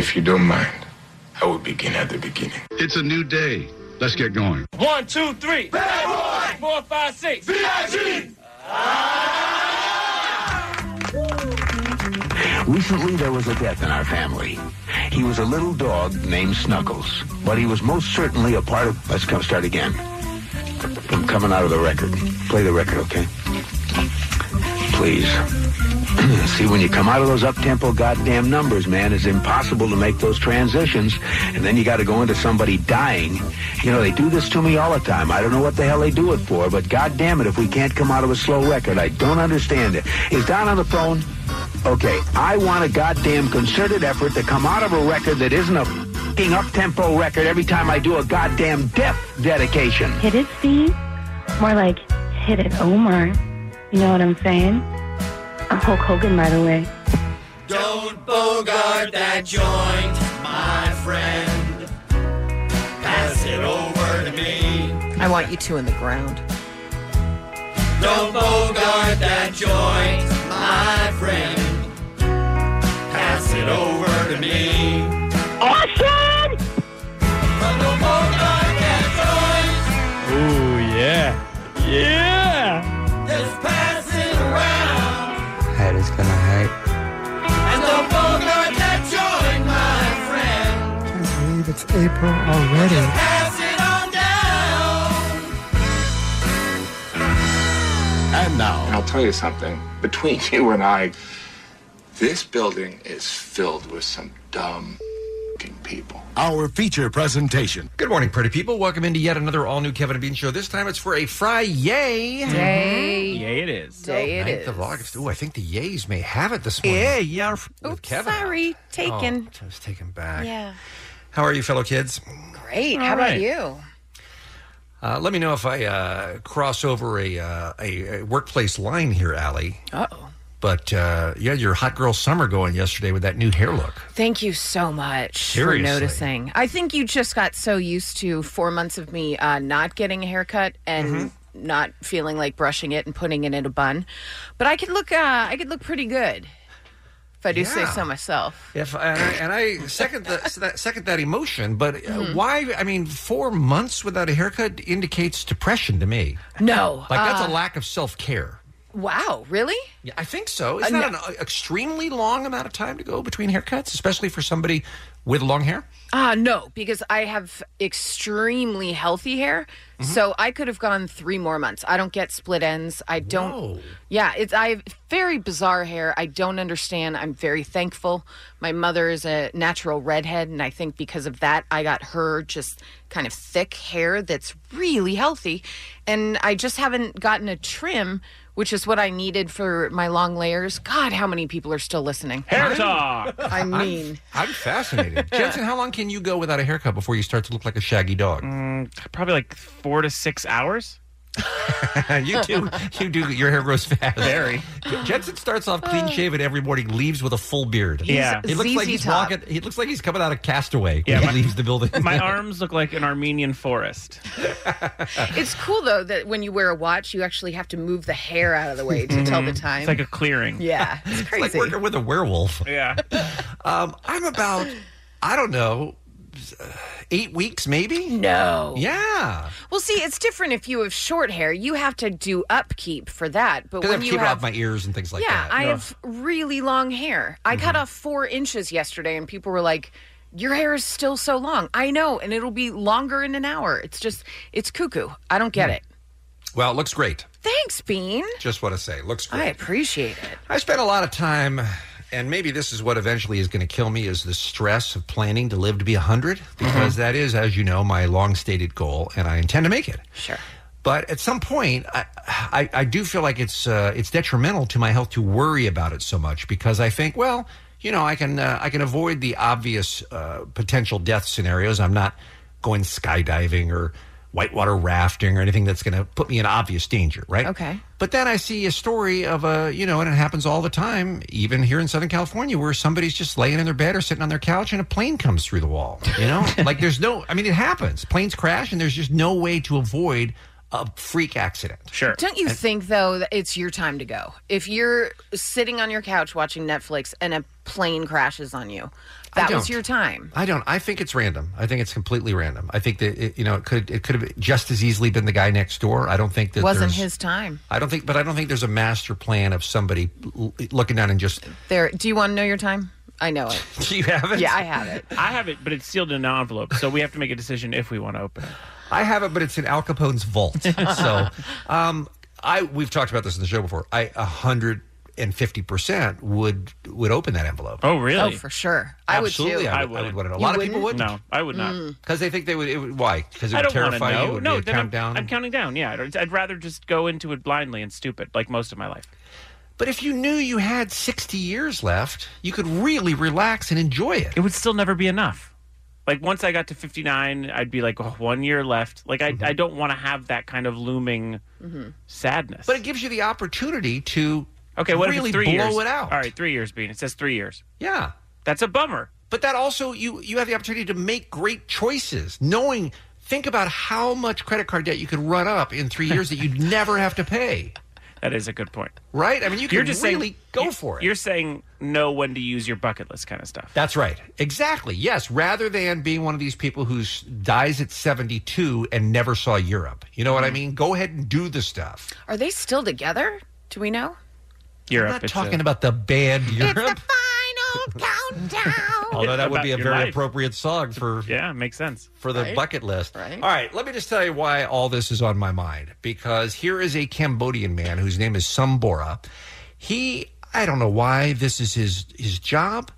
If you don't mind, I will begin at the beginning. It's a new day. Let's get going. One, two, three. Bad boy. Four, five, six. Ah. Recently, there was a death in our family. He was a little dog named Snuggles, but he was most certainly a part of. Let's come start again. I'm coming out of the record. Play the record, okay? Please. See, when you come out of those up-tempo goddamn numbers, man, it's impossible to make those transitions, and then you got to go into somebody dying. You know, they do this to me all the time. I don't know what the hell they do it for, but goddamn it, if we can't come out of a slow record, I don't understand it. Is Don on the phone? Okay, I want a goddamn concerted effort to come out of a record that isn't a fucking up-tempo record every time I do a goddamn death dedication. Hit it, Steve? More like hit it, Omar. You know what I'm saying? I'm Hulk Hogan, by the way. Don't bogart that joint, my friend. Pass it over to me. I want you two in the ground. Don't bogart that joint, my friend. Pass it over to me. Awesome! But don't bogart that joint. Ooh, yeah. Yeah. Just pass it around. Head is gonna hurt. And don't bogart that joint, my friend. I believe it's April already. Pass it on down. And now, I'll tell you something. Between you and I, this building is filled with some dumb fucking people. our feature presentation. Good morning, pretty people. Welcome into yet another all new Kevin and Bean show. This time it's for a fry yay. Day, Yeah, it is. day it Ninth is. of August. Ooh, I think the yays may have it this morning. Yeah, yeah. Oops, Kevin. sorry, taken. Oh, I was taken back. Yeah, How are you, fellow kids? great. How right. about you? Uh, let me know if I uh, cross over a, uh, a, a workplace line here, Allie. Uh oh. But uh, you had your hot girl summer going yesterday with that new hair look. Thank you so much Seriously. for noticing. I think you just got so used to four months of me uh, not getting a haircut and not feeling like brushing it and putting it in a bun. But I could look, uh, I could look pretty good if I do say Yeah. so myself. If and I, and I second the, that second that emotion, but uh, Mm-hmm. why? I mean, four months without a haircut indicates depression to me. No, Like that's uh, a lack of self care. wow, really? Yeah, I think so. Isn't Uh, that no. an extremely long amount of time to go between haircuts, especially for somebody with long hair? Uh, no, because I have extremely healthy hair, so I could have gone three more months. I don't get split ends. I don't. Whoa. Yeah, it's I have very bizarre hair. I don't understand. I'm very thankful. My mother is a natural redhead, and I think because of that, I got her just kind of thick hair that's really healthy, and I just haven't gotten a trim, which is what I needed for my long layers. God, how many people are still listening? Hair talk. I mean, I'm fascinated. Jensen, how long can you go without a haircut before you start to look like a shaggy dog? Probably like four to six hours. you do. You do. Your hair grows fast. Very. Jensen starts off Uh. clean shaven every morning, leaves with a full beard. Yeah. He looks like ZZ he's Top. walking. He looks like he's coming out of Castaway when Yeah, he my- leaves the building. My arms look like an Armenian forest. It's cool though that when you wear a watch, you actually have to move the hair out of the way to tell the time. Mm-hmm. It's like a clearing. yeah, it's It's like crazy. working with a werewolf. Yeah. Um, I'm about, I don't know, uh, eight weeks maybe. no. Yeah, Well, see, it's different if you have short hair. You have to do upkeep for that. But because when I've you keeping have, off my ears and things like yeah, that. Mm-hmm. I have really long hair. I cut off four inches yesterday, and people were like. Your hair is still so long. I know, and it'll be longer in an hour. It's just, it's cuckoo. I don't Mm. get it. well, it looks great. Thanks, Bean. Just want to say, looks great. I appreciate it. I spent a lot of time, and maybe this is what eventually is going to kill me, is the stress of planning to live to be 100, Uh-huh. because that is, as you know, my long stated goal, and I intend to make it. Sure. But at some point, I, I, I do feel like it's uh, it's detrimental to my health to worry about it so much because I think, well, you know, I can uh, I can avoid the obvious uh, potential death scenarios. I'm not going skydiving or whitewater rafting or anything that's going to put me in obvious danger, right? Okay. But then I see a story of a, you know, and it happens all the time, even here in Southern California, where somebody's just laying in their bed or sitting on their couch and a plane comes through the wall. You know, like there's no, I mean, it happens. Planes crash and there's just no way to avoid a freak accident. Sure. Don't you think though that it's your time to go? If you're sitting on your couch watching Netflix and a plane crashes on you, That I was don't. your time. I don't. I think it's random. I think it's completely random. I think that it, you know it could it could have just as easily been the guy next door. I don't think that Wasn't there's- his time. I don't think, but I don't think there's a master plan of somebody l- looking down and just. There. Do you want to know your time? I know it. Do you have it? Yeah, I have it. I have it, but it's sealed in an envelope, so we have to make a decision if we want to open it. I have it, but it's in Al Capone's vault. so, um, I we've talked about this in the show before. I a hundred and fifty percent would would open that envelope. Oh, really? Oh, for sure. I Absolutely, would too. I, I would. I wouldn't. would want it. A You lot of people wouldn't? Mm. wouldn't. no, I would not. Because they think they would. It would why? Because it I would don't want to terrify you. It know. would No, be a then I'm, countdown. I'm counting down. Yeah, I'd- I'd rather just go into it blindly and stupid, like most of my life. But if you knew you had 60 years left, you could really relax and enjoy it. It would still never be enough. Like once I got to 59, I'd be like, oh, one year left. Like I, Mm-hmm. I don't want to have that kind of looming sadness. But it gives you the opportunity to okay, what if really it's three blow years? it out. All right, three years, Bean. It says three years. Yeah. That's a bummer. But that also you you have the opportunity to make great choices, knowing think about how much credit card debt you could run up in three years that you'd never have to pay. That is a good point. Right? I mean you You're can just really saying go you're- for it. You're saying know when to use your bucket list kind of stuff. That's right. Exactly. Yes. Rather than being one of these people who s- dies at 72 and never saw Europe. You know what I Mm. mean? Go ahead and do the stuff. Are they still together? Do we know? Europe. I'm not it's talking a- about the band Europe. Final countdown. Although that would about be a your very life. appropriate song for Yeah, makes sense. for the bucket list. Right. All right, let me just tell you why all this is on my mind because here is a Cambodian man whose name is Sambora. He I don't know why this is his his job,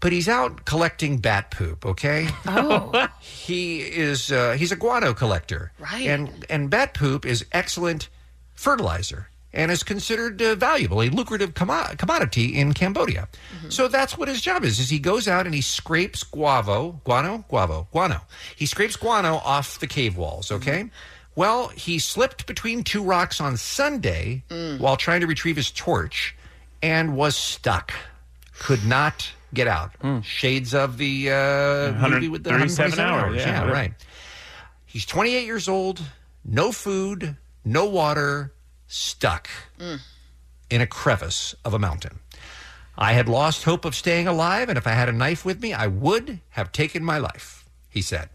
but he's out collecting bat poop, okay? oh, he is uh, he's a guano collector, Right. And and bat poop is excellent fertilizer and is considered uh, valuable, a lucrative commo- commodity in Cambodia. So that's what his job is: is he goes out and he scrapes guavo, guano, guavo, guano. He scrapes guano off the cave walls. Okay. Well, he slipped between two rocks on Sunday while trying to retrieve his torch and was stuck. Could not get out. Hmm. Shades of the uh, movie with the 137 127 hours. hours, Yeah, yeah. right. He's 28 years old, no food, no water, stuck in a crevice of a mountain. I had lost hope of staying alive, and if I had a knife with me, I would have taken my life, he said.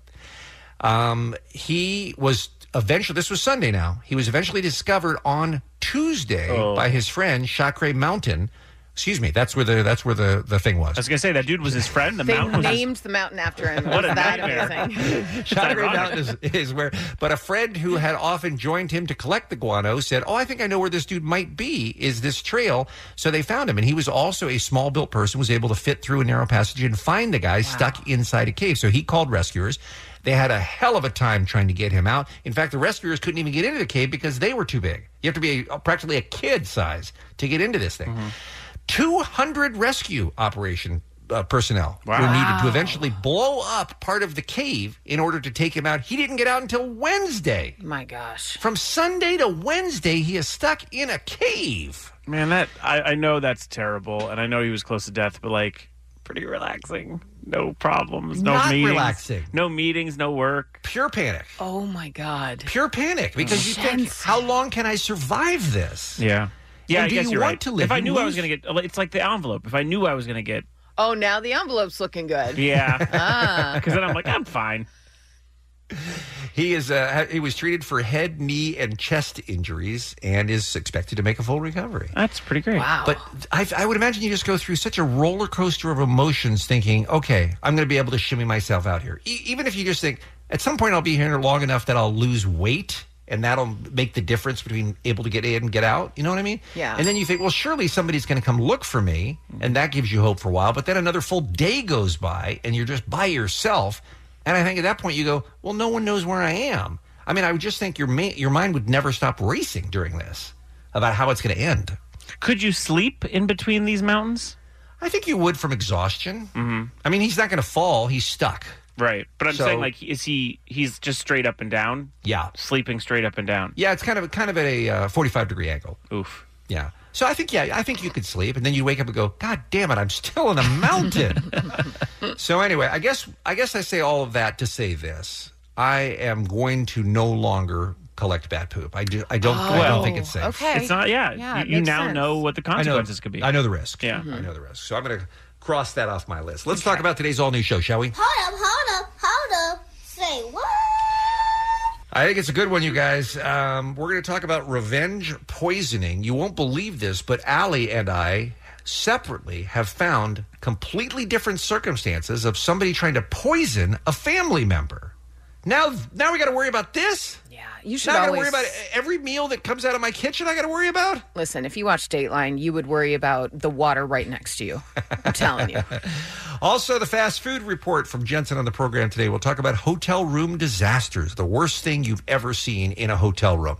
Um, he was eventually, this was Sunday now, he was eventually discovered on Tuesday Oh. by his friend Chakre Mountain. Excuse me, that's where the that's where the, the thing was. I was gonna say that dude was his friend. The they mountain was his named the mountain after him. What a Is that nightmare. amazing? Chowdery ironic. Mountain is, is where. But a friend who had often joined him to collect the guano said, "Oh, I think I know where this dude might be. Is this trail?" So they found him, and he was also a small-built person, was able to fit through a narrow passage and find the guy stuck inside a cave. So he called rescuers. They had a hell of a time trying to get him out. In fact, the rescuers couldn't even get into the cave because they were too big. You have to be a, practically a kid size to get into this thing. 200 rescue operation uh, personnel were needed to eventually blow up part of the cave in order to take him out. He didn't get out until Wednesday. My gosh. From Sunday to Wednesday, he is stuck in a cave. Man, that I, I know that's terrible, and I know he was close to death, but like pretty relaxing. No problems, no Not meetings, relaxing. no meetings, no work. Pure panic. Oh my God. Pure panic because you think, Jensen. how long can I survive this? Yeah, yeah. And I do guess you are want right. to live? If I You knew I was lose- gonna get, it's like the envelope. If I knew I was gonna get, Oh, now the envelope's looking good. Ah. yeah, Uh. because then I'm like, I'm fine. He is. Uh, he was treated for head, knee, and chest injuries, and is expected to make a full recovery. That's pretty great. Wow. But I, I would imagine you just go through such a roller coaster of emotions thinking, okay, I'm going to be able to shimmy myself out here. E- even if you just think, at some point, I'll be here long enough that I'll lose weight and that'll make the difference between able to get in and get out. You know what I mean? Yeah. And then you think, well, surely somebody's going to come look for me. And that gives you hope for a while. But then another full day goes by and you're just by yourself. And I think at that point, you go, well, no one knows where I am. I mean, I would just think your, ma- your mind would never stop racing during this about how it's going to end. Could you sleep in between these mountains? I think you would from exhaustion. Mm-hmm. I mean, he's not going to fall. He's stuck. Right, but I'm So- saying like, is he? He's just straight up and down, Yeah, sleeping straight up and down. yeah. It's kind of kind of at a uh, forty-five degree angle. Oof. Yeah. So I think yeah, I think you could sleep, and then you wake up and go, God damn it, I'm still in a mountain. so anyway, I guess I guess I say all of that to say this: I am going to no longer collect bat poop. I do. I don't. I don't think it's safe. Oh, Okay. It's not. Yeah, Yeah, it you, you makes now sense. Mm-hmm. know what the I know, consequences could be. I know the risk. Yeah. I know the risk. So I'm going to cross that off my list. Let's talk about today's all new show, shall we? Hold up, hold up, hold up. Say what? I think it's a good one, you guys. Um, we're going to talk about revenge poisoning. You won't believe this, but Allie and I separately have found completely different circumstances of somebody trying to poison a family member. Now, now we got to worry about this. Yeah, you should now I got to always- worry about every meal that comes out of my kitchen. I got to worry about. Listen, if you watch Dateline, you would worry about the water right next to you. I'm telling you. Also, the fast food report from Jensen on the program today. We'll talk about hotel room disasters, the worst thing you've ever seen in a hotel room.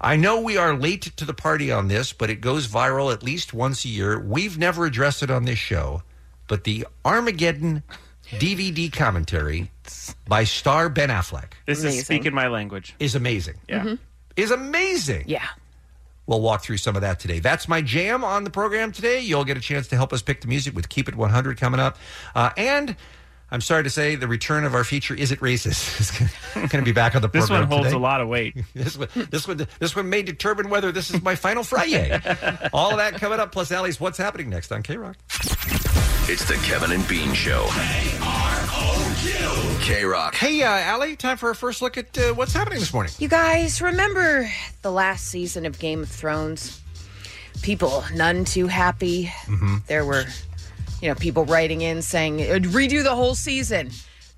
I know we are late to the party on this, but it goes viral at least once a year. We've never addressed it on this show, but the Armageddon DVD commentary by star Ben Affleck. This is speaking my language. Is amazing. Yeah. Mm-hmm. Mhm. Is amazing. Yeah. We'll walk through some of that today. That's my jam on the program today. You'll get a chance to help us pick the music with Keep It 100 coming up. Uh, and I'm sorry to say, the return of our feature Is It Racist? is going to be back on the This one program. holds today. a lot of weight. this, one, this, one, this one may determine whether this is my final Friday. All of that coming up, plus Allie's What's Happening Next on K Rock. It's the Kevin and Bean Show. K Rock. Hey, uh, Allie, time for our first look at uh, what's happening this morning. You guys remember the last season of Game of Thrones? People none too happy. Mm-hmm. There were, you know, people writing in saying "Uh, redo the whole season.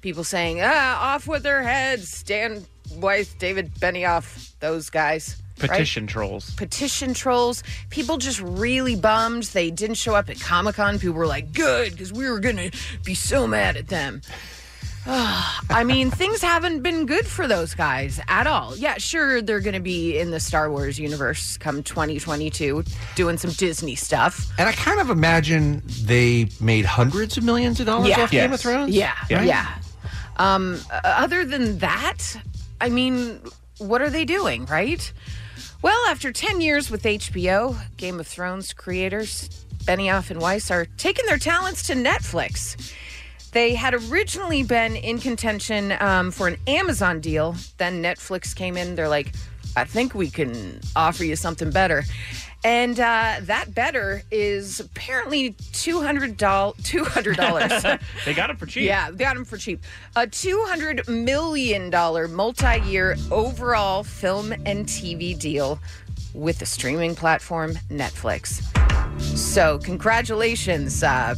People saying ah, off with their heads. Stan Weiss, David Benioff, those guys. right? Petition trolls. Petition trolls. People just really bummed they didn't show up at Comic Con. People were like, good, because we were going to be so mad at them. I mean, things haven't been good for those guys at all. Yeah, sure, they're going to be in the Star Wars universe come 2022 doing some Disney stuff. And I kind of imagine they made hundreds of millions of dollars Yeah. off Game of Yes. Thrones. Yeah, Right? yeah. Um, uh, other than that, I mean, what are they doing, right? Well, after 10 years with HBO, Game of Thrones creators Benioff and Weiss are taking their talents to Netflix. They had originally been in contention um, for an Amazon deal. Then Netflix came in. They're like, I think we can offer you something better. And uh, that better is apparently $200. $200. They got it for cheap. Yeah, got him for cheap. A $200 million multi year overall film and TV deal with the streaming platform Netflix. So, congratulations, uh,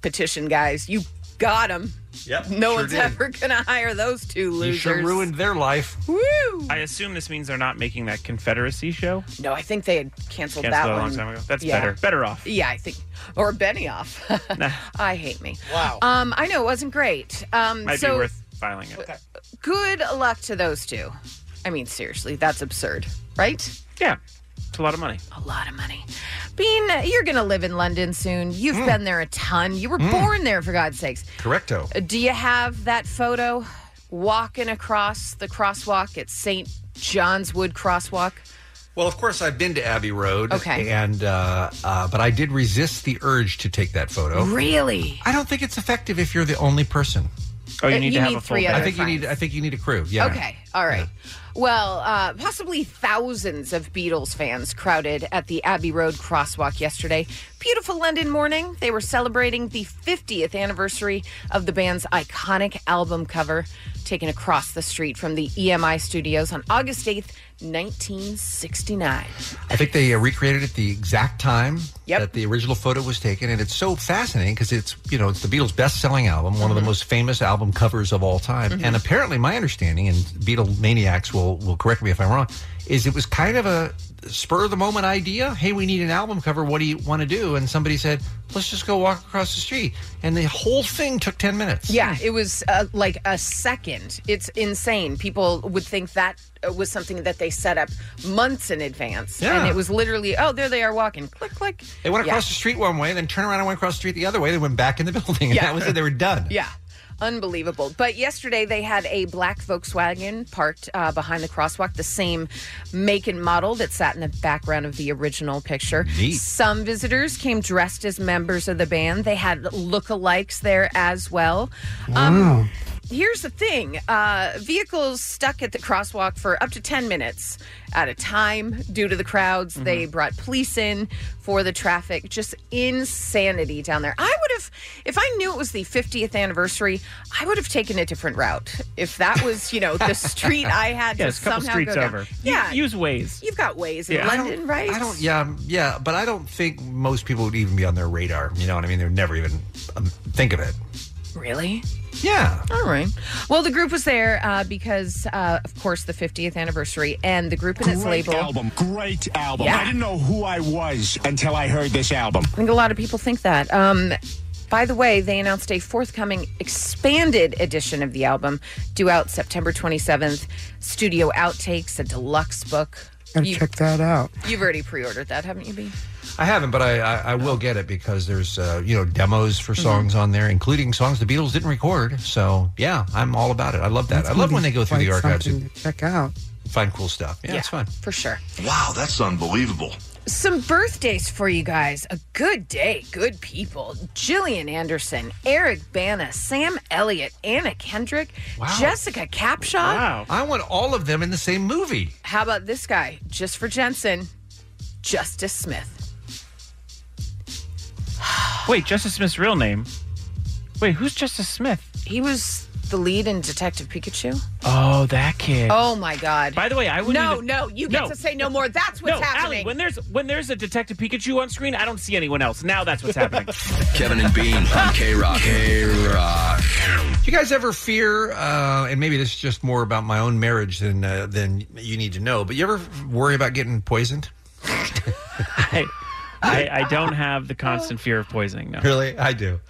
petition guys. You got him. Yep, No sure one's did. ever going to hire those two losers. their life. Woo! I assume this means they're not making that Confederacy show. No, I think they had canceled, Canceled that a long one. time ago. That's Yeah. better. Better off. Yeah, I think. Or Benioff. I hate me. Wow. Um, I know it wasn't great. Um, Might so be worth filing it. good luck to those two. I mean, seriously, that's absurd, right? Yeah. It's a lot of money. A lot of money. Bean, you're going to live in London soon. You've been there a ton. You were born there, for God's sakes. Correcto. Uh, Do you have that photo walking across the crosswalk at St. John's Wood Crosswalk? Well, of course, I've been to Abbey Road. Okay. And, uh, uh, but I did resist the urge to take that photo. Really? I don't think it's effective if you're the only person. Oh, you need to You have need a full three other I think you friends. need. I think you need a crew. Yeah. Okay. All right. Well, uh, possibly thousands of Beatles fans crowded at the Abbey Road crosswalk yesterday. Beautiful London morning. They were celebrating the 50th anniversary of the band's iconic album cover, taken across the street from the EMI studios on August 8th, 1969. I think they uh, recreated it the exact time Yep. that the original photo was taken, and it's so fascinating because it's you know it's the Beatles' best-selling album, one of Mm-hmm. the most famous album covers of all time, Mhm. and apparently my understanding, and Beatle maniacs will will correct me if I'm wrong, is it was kind of a spur of the moment idea. Hey, we need an album cover. What do you want to do? And somebody said, let's just go walk across the street, and the whole thing took ten minutes. Yeah, it was uh, like a second. It's insane. People would think that uh, was something that they set up months in advance. Yeah. And it was literally, oh, there they are walking. Click, click. They went Yeah. across the street one way, then turned around and went across the street the other way. They went back in the building, and Yeah. that was it. They were done. Yeah. Unbelievable. But yesterday they had a black Volkswagen parked uh, behind the crosswalk, the same make and model that sat in the background of the original picture. Neat. Some visitors came dressed as members of the band. They had lookalikes there as well. Um, here's the thing uh, vehicles stuck at the crosswalk for up to 10 minutes at a time due to the crowds. They brought police in for the traffic. Just insanity down there. I would have, if I knew it was the 50th anniversary, I would have taken a different route. If that was, you know, the street I had Yeah, to it's a couple somehow streets go down. over. Yeah. Use ways. You've got ways in Yeah. I don't- London, right? I don't. Yeah, yeah, but I don't think most people would even be on their radar. You know what I mean? They would never even um, think of it. Really? Yeah. All right. Well, the group was there uh, because, uh, of course, the 50th anniversary, and the group and its Great label. album. Great album. Yeah. I didn't know who I was until I heard this album. I think a lot of people think that. Um, by the way, they announced a forthcoming expanded edition of the album due out September 27th. Studio outtakes, a deluxe book. Gotta You- check that out. You've already pre-ordered that, haven't you, B? I haven't, but I, I, I will get it because there's uh, you know demos Mm-hmm. for songs on there, including songs the Beatles didn't record. So yeah, I'm all about it. I love that. That's I love gonna when be they go through the quite archives something and to check out. find cool stuff. Yeah, it's fun. For sure. Wow, that's unbelievable. Some birthdays for you guys. A good day, good people. Jillian Anderson, Eric Bana, Sam Elliott, Anna Kendrick, Jessica Capshaw. I want all of them in the same movie. How about this guy? Just for Jensen, Justice Smith. Wait, Justice Smith's real name? Wait, who's Justice Smith? He was the lead in Detective Pikachu. Oh, that kid. Oh my God! By the way, I wouldn't No, even- no, you get No. to say no more. That's what's no, happening. Allie, when there's when there's a Detective Pikachu on screen, I don't see anyone else. Now that's what's happening. Kevin and Bean on K Rock. K Rock. Do you guys ever fear? Uh, and maybe this is just more about my own marriage than uh, than you need to know. But you ever worry about getting poisoned? I, I, I don't have the constant fear of poisoning. No. Really, I do.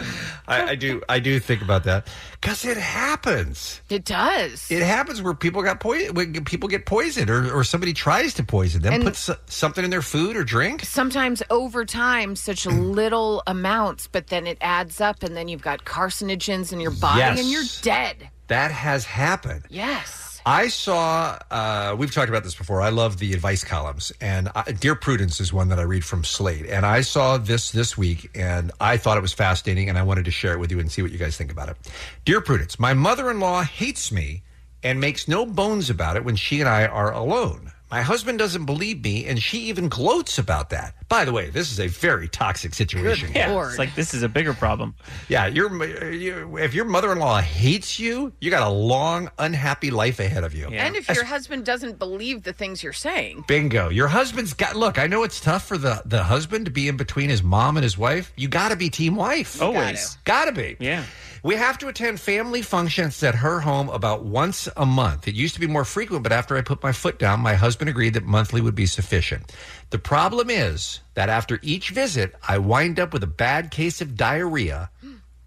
I, I do. I do think about that because it happens. It does. It happens where people got poisoned. When people get poisoned, or, or somebody tries to poison them, And- puts s- something in their food or drink. Sometimes over time, such little amounts, but then it adds up, and then you've got carcinogens in your body, Yes. and you're dead. That has happened. Yes. I saw. Uh, we've talked about this before. I love the advice columns, and I, Dear Prudence is one that I read from Slate. And I saw this this week, and I thought it was fascinating, and I wanted to share it with you and see what you guys think about it. Dear Prudence, my mother-in-law hates me and makes no bones about it when she and I are alone. My husband doesn't believe me, and she even gloats about that. By the way, this is a very toxic situation. Yeah, it's like this is a bigger problem. Yeah, your you, if your mother-in-law hates you, you got a long, unhappy life ahead of you. And if your husband doesn't believe the things you're saying, Bingo. Your husband's got look, I know it's tough for the the husband to be in between his mom and his wife. You got to be team wife. Always. Got to be. Yeah. We have to attend family functions at her home about once a month. It used to be more frequent, but after I put my foot down, my husband agreed that monthly would be sufficient. The problem is that after each visit, I wind up with a bad case of diarrhea.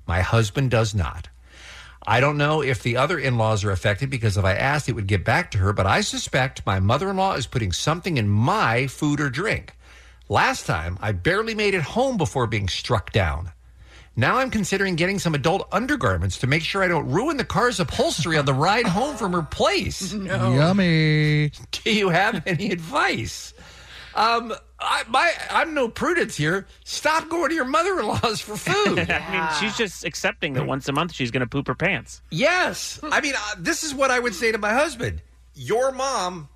My husband does not. I don't know if the other in laws are affected because if I asked, it would get back to her, but I suspect my mother in law is putting something in my food or drink. Last time, I barely made it home before being struck down. Now I'm considering getting some adult undergarments to make sure I don't ruin the car's upholstery on the ride home from her place. No. Yummy. Do you have any advice? Um, I, my, I'm no prudence here. Stop going to your mother-in-law's for food. I mean, she's just accepting Hmm. that once a month she's going to poop her pants. Yes. I mean, uh, this is what I would say to my husband Your mom,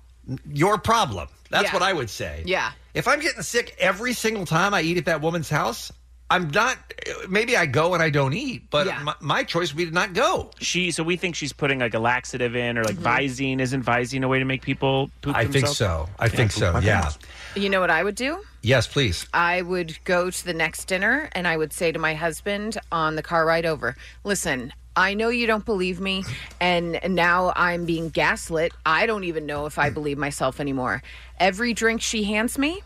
your problem. That's Yeah. what I would say. Yeah. If I'm getting sick every single time I eat at that woman's house, I'm not, uh, maybe I go and I don't eat, but my, my choice would be to not go. She so we think she's putting like a laxative in or Mm-hmm. like Visine. Isn't Visine a way to make people poop? I think themselves? so. I Yeah, think poop so. my Yeah. pants. you know what I would do? Yes, please. I would go to the next dinner and I would say to my husband on the car ride over, listen, I know you don't believe me, and now I'm being gaslit. I don't even know if I believe myself anymore. Every drink she hands me,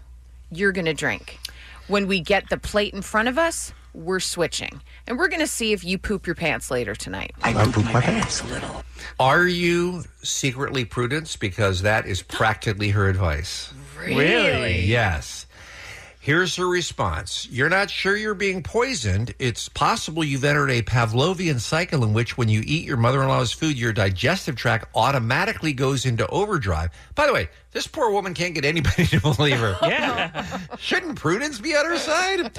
you're going to drink. When we get the plate in front of us, we're switching. And we're going to see if you poop your pants later tonight. pants a little. Are you secretly prudence? Because that is practically her advice. Really? Yes. Here's her response. You're not sure you're being poisoned. It's possible you've entered a Pavlovian cycle in which, when you eat your mother in law's food, your digestive tract automatically goes into overdrive. By the way, This poor woman can't get anybody to believe her. Yeah. Shouldn't prudence be at her side?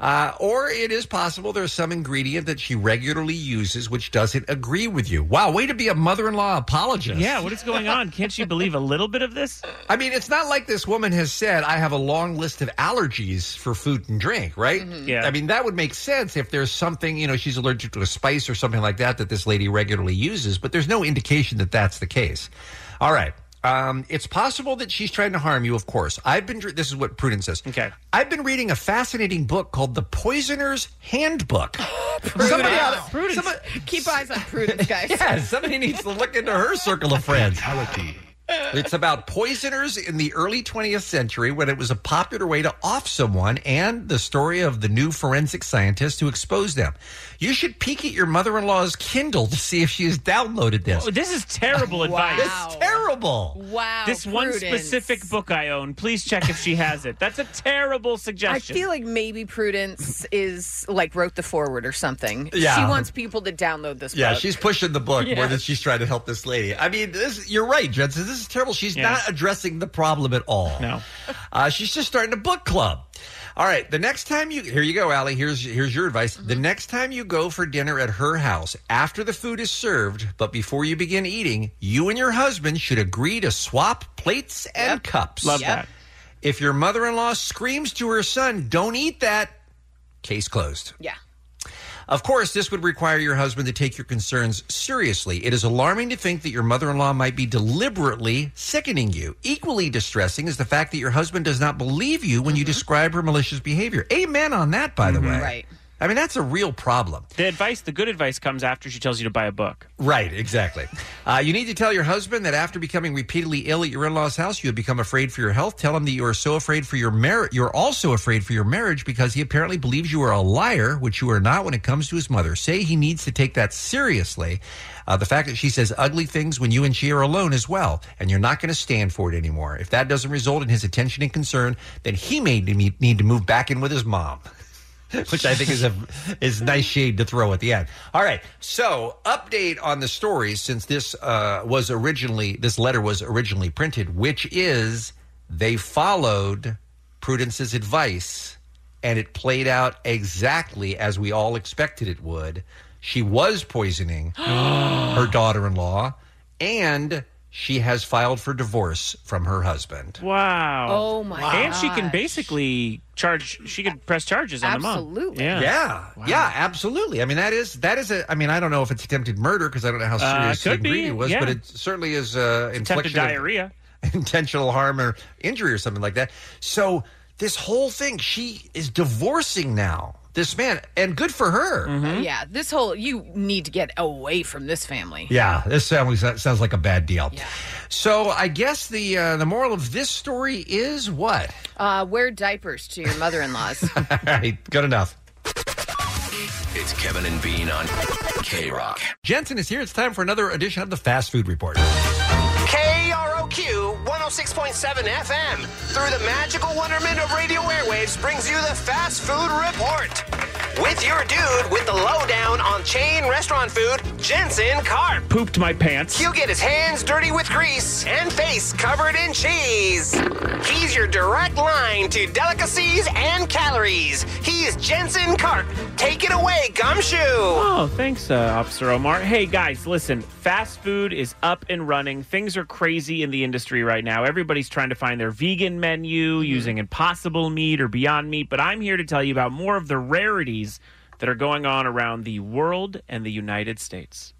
Uh, or it is possible there's some ingredient that she regularly uses which doesn't agree with you. Wow, way to be a mother in law apologist. Yeah, what is going on? Can't she believe a little bit of this? I mean, it's not like this woman has said, I have a long list of allergies for food and drink, right? Yeah. I mean, that would make sense if there's something, you know, she's allergic to a spice or something like that that this lady regularly uses, but there's no indication that that's the case. All right. Um, it's possible that she's trying to harm you, of course. I've been, dr- this is what Prudence says. Okay. I've been reading a fascinating book called The Poisoner's Handbook. Somebody ought- Prudence. Keep eyes on Prudence, guys. yeah, somebody needs to look into her circle of friends. It's about poisoners in the early 20th century when it was a popular way to off someone and the story of the new forensic scientist who exposed them. You should peek at your mother in law's Kindle to see if she has downloaded this. Oh, this is terrible advice. This is terrible. Wow. This one Prudence. specific book I own. Please check if she has it. That's a terrible I suggestion. feel like maybe Prudence is like wrote the forward or something. Yeah. She wants people to download this Yeah, book. she's pushing the book Yeah. more than she's trying to help this lady. I mean, this, you're right, Jensen. This is terrible. She's Yeah. not addressing the problem at all. No, uh, she's just starting a book club. All right, the next time you here you go, Allie. Here's here's your advice. The next time you go for dinner at her house, after the food is served, but before you begin eating, you and your husband should agree to swap plates and cups. Love Yep. that. If your mother-in-law screams to her son, "Don't eat that," case closed. Yeah. Of course, this would require your husband to take your concerns seriously. It is alarming to think that your mother in law might be deliberately sickening you. Equally distressing is the fact that your husband does not believe you when you describe her malicious behavior. Amen on that, by Mm-hmm. the way. Right. I mean, that's a real problem. the advice, the good advice, comes after she tells you to buy a book. Right, exactly. Uh, you need to tell your husband that after becoming repeatedly ill at your in-laws' house, you have become afraid for your health. Tell him that you are so afraid for your marriage. You're also afraid for your marriage because he apparently believes you are a liar, which you are not when it comes to his mother. Say he needs to take that seriously. Uh, the fact that she says ugly things when you and she are alone as well, and you're not going to stand for it anymore. If that doesn't result in his attention and concern, then he may ne- need to move back in with his mom which I think is a is nice shade to throw at the end. All right, so update on the stories since this uh, was originally this letter was originally printed, which is they followed Prudence's advice, and it played out exactly as we all expected it would. She was poisoning her daughter-in-law, and she has filed for divorce from her husband. Wow. Oh, my And she can gosh. basically charge. She could press charges on Absolutely. the mom. Yeah. Yeah, absolutely. I mean, that is that is a. I mean, I don't know if it's attempted murder because I don't know how Uh, serious the could be, ingredient was, yeah. but it certainly is uh, Attempted infliction of diarrhea. intentional harm or injury or something like that. So this whole thing, she is divorcing now this man, and good for her. Mm-hmm. Yeah, this whole you need to get away from this family. Yeah, this sounds that sounds like a bad deal. So I guess the uh, the moral of this story is what? Uh, wear diapers to your mother-in-laws. All right, good enough. It's Kevin and Bean on K Rock. Jensen is here. It's time for another edition of the Fast Food Report. KROQ 106.7 FM, through the magical wonderment of radio airwaves, brings you the Fast Food Report. With your dude with the lowdown on chain restaurant food, Jensen Carp. Pooped my pants. He'll get his hands dirty with grease and face covered in cheese. He's your direct line to delicacies and calories. He's Jensen Carp. Take it away, Gumshoe. Oh, thanks, uh, Officer Omar. Hey, guys, listen. Fast food is up and running. Things are crazy in the industry right now. Everybody's trying to find their vegan Mm-hmm. menu using Impossible Meat or Beyond Meat. But I'm here to tell you about more of the rarities that are going on around the world and the United States.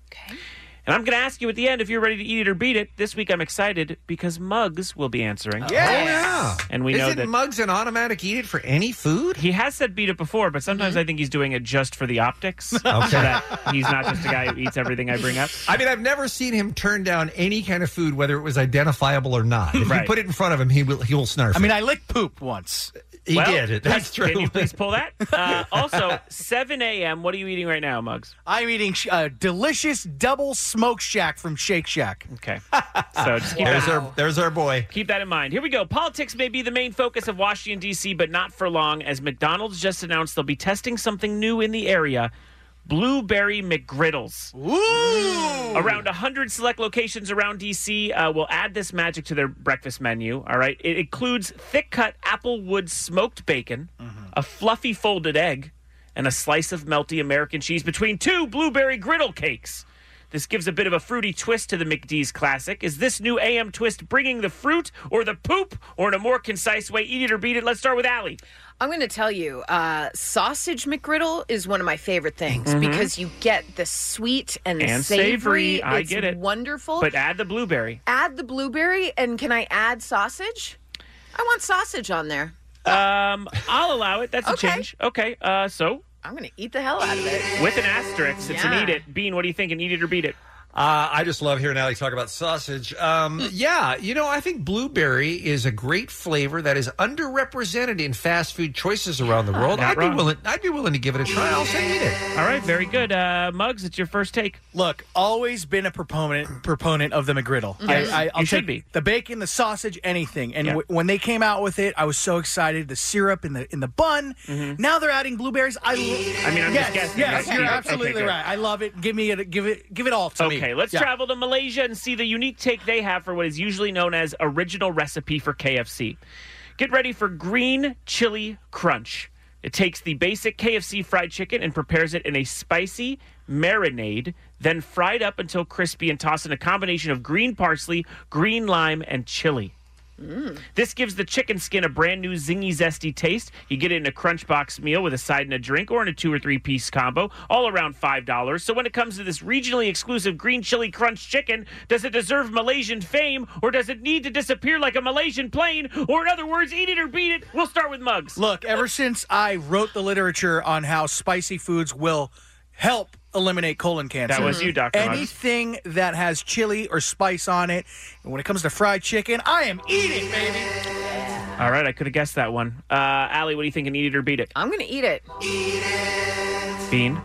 And I'm going to ask you at the end if you're ready to eat it or beat it. This week I'm excited because Mugs will be answering. Yes. Oh, yeah. And we know Isn't that Mugs an automatic eat it for any food? Mm-hmm. He has said beat it before, but sometimes I think he's doing it just for the optics. Okay. So that he's not just a guy who eats everything I bring up. I mean, I've never seen him turn down any kind of food, whether it was identifiable or not. If Right. you put it in front of him, he will he will snarf. I mean, it. I licked poop once. He Well, did it. That's please- true. Can you please pull that? Uh, also, 7 a.m. What are you eating right now, Mugs? I'm eating sh- a delicious double smoke shack from Shake Shack. Okay. So just keep There's that. our- there's our boy. Keep that in mind. Here we go. Politics may be the main focus of Washington D.C., but not for long, as McDonald's just announced they'll be testing something new in the area Blueberry McGriddles. Ooh! Around 100 select locations around DC uh, will add this magic to their breakfast menu. All right. It includes thick cut applewood smoked bacon, a fluffy folded egg, and a slice of melty American cheese between two blueberry griddle cakes. This gives a bit of a fruity twist to the McD's classic. Is this new AM twist bringing the fruit or the poop or in a more concise way, eat it or beat it? Let's start with Allie. I'm going to tell you, uh, sausage McGriddle is one of my favorite things Mm-hmm. Mhm. because you get the sweet and, the And savory. savory. I It's get it. Wonderful. But add the blueberry. add the blueberry, and can I add sausage? I want sausage on there. Um, I'll allow it. That's a change. Okay. Uh, so I'm going to eat the hell out of it. with an asterisk, it's Yeah. an eat it. Bean, what do you think? An eat it or beat it? Uh, I just love hearing Ali talk about sausage. Um, yeah, you know, I think blueberry is a great flavor that is underrepresented in fast food choices around the world. Not I'd wrong. be willing. I'd be willing to give it a try. I'll say eat it. All right, very good. Uh, Muggs, it's your first take. Look, always been a proponent proponent of the McGriddle. Yes, Mm-hmm. you should take be. the bacon, the sausage, anything. And w- when they came out with it, I was so excited. The syrup in the in the bun. Now they're adding blueberries. I, Mm-hmm. I mean, I'm yes, just guessing. Yes, Okay. you're Okay, absolutely good. right. I love it. Give me it. Give it. Give it all to me. Okay, let's Yeah. travel to Malaysia and see the unique take they have for what is usually known as original recipe for KFC. Get ready for green chili crunch. It takes the basic KFC fried chicken and prepares it in a spicy marinade, then fried up until crispy and tossed in a combination of green parsley, green lime, and chili. Mm. This gives the chicken skin a brand new zingy, zesty taste. You get it in a Crunch Box meal with a side and a drink, or in a two or three piece combo, all around five dollars. So when it comes to this regionally exclusive green chili crunch chicken, does it deserve Malaysian fame, or does it need to disappear like a Malaysian plane? Or in other words, eat it or beat it. We'll start with Mugs. Look, ever since I wrote the literature on how spicy foods will help eliminate colon cancer, That was you, Dr. Mugs. Anything that has chili or spice on it, and when it comes to fried chicken, I am eating, it, baby. All right, I could have guessed that one. Uh, Allie, what do you think? An eat it or beat it? I'm going to eat it. Bean.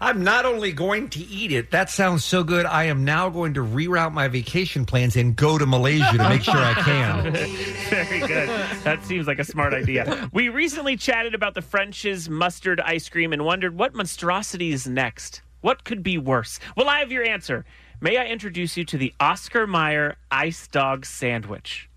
I'm not only going to eat it. That sounds so good. I am now going to reroute my vacation plans and go to Malaysia to make sure I can. Very good. That seems like a smart idea. We recently chatted about the French's mustard ice cream and wondered what monstrosity is next. What could be worse? Well, I have your answer. May I introduce you to the Oscar Mayer ice dog sandwich?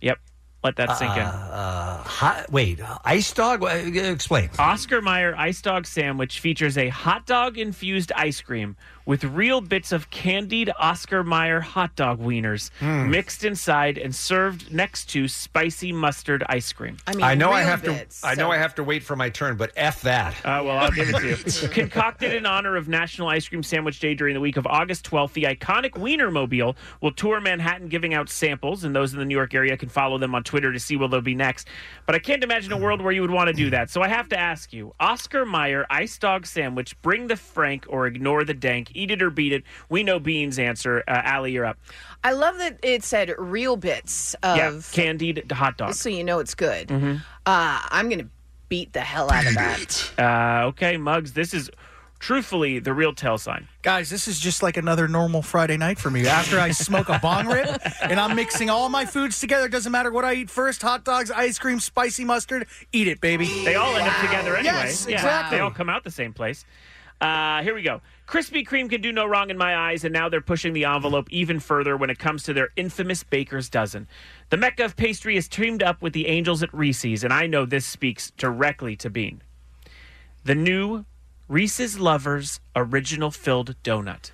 Yep. Let that sink in. Uh, hot, wait, ice dog? Uh, Explain. Oscar Mayer ice dog sandwich features a hot dog infused ice cream with real bits of candied Oscar Mayer hot dog wieners Hmm. mixed inside and served next to spicy mustard ice cream. I know I have to. I know I have to wait for my turn, but f that. Uh, well, I'll give it to you. Concocted in honor of National Ice Cream Sandwich Day during the week of August 12th, the iconic Wienermobile will tour Manhattan giving out samples, and those in the New York area can follow them on Twitter to see what they'll be next. But I can't imagine a world where you would want to do that. So I have to ask you Oscar Mayer Ice Dog Sandwich, bring the Frank or ignore the dank, eat it or beat it. We know Bean's answer. Uh, Allie, you're up. I love that it said real bits of. yeah, candied hot dog. So you know it's good. Mhm. Uh, I'm going to beat the hell out of that. Uh, okay, Muggs, this is truthfully the real tell sign. Guys, this is just like another normal Friday night for me. After I smoke a bong rip and I'm mixing all my foods together, it doesn't matter what I eat first hot dogs, ice cream, spicy mustard, eat it, baby. They all end up together anyway. Yes, Yeah, exactly. They all come out the same place. Uh, here we go. Krispy Kreme can do no wrong in my eyes, and now they're pushing the envelope even further when it comes to their infamous Baker's Dozen. The mecca of pastry is teamed up with the angels at Reese's, and I know this speaks directly to Bean. The new Reese's Lovers Original Filled Donut.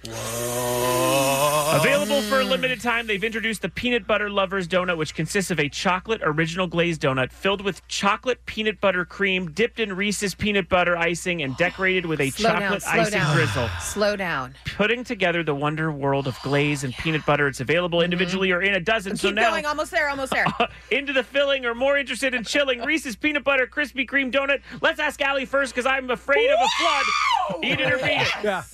Available for a limited time, they've introduced the Peanut Butter Lovers Donut, which consists of a chocolate original glazed donut filled with chocolate peanut butter cream, dipped in Reese's peanut butter icing, and decorated with a slow down, chocolate slow icing down. drizzle. Slow down. Putting together the wonder world of glaze and peanut butter. It's available individually or in a dozen. so Mm-hmm. Keep now going. Almost there. Almost there. into the filling or more interested in chilling Reese's peanut butter Krispy Kreme donut. Let's ask Allie first because I'm afraid of a flood. Eat it or beat it.